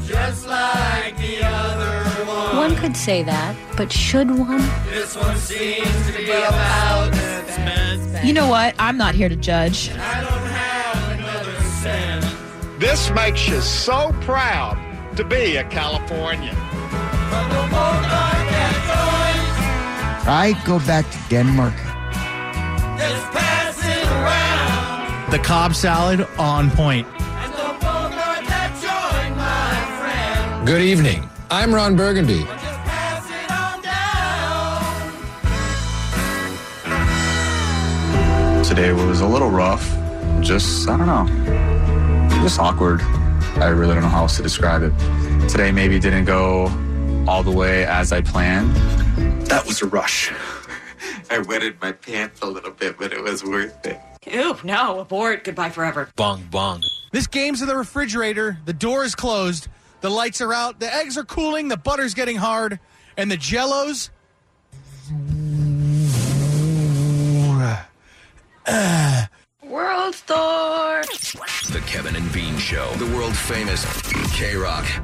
Just like the other one. One could say that, but should one? This one seems to be about to spend. You know what? I'm not here to judge. I don't have another cent. This makes you so proud to be a Californian. I go back to Denmark. Just pass it around. The Cobb salad on point. And the Bogart that joined my friend. Good evening. I'm Ron Burgundy. Pass it on down. Today was a little rough. Just, I don't know. Just awkward. I really don't know how else to describe it. Today maybe didn't go all the way as I planned. That was a rush. I wetted my pants a little bit, but it was worth it. Ew, no, abort. Goodbye forever. Bong, bong. This game's in the refrigerator. The door is closed. The lights are out. The eggs are cooling. The butter's getting hard. And the jellos. World Store. The Kevin and Bean Show, the world famous K Rock.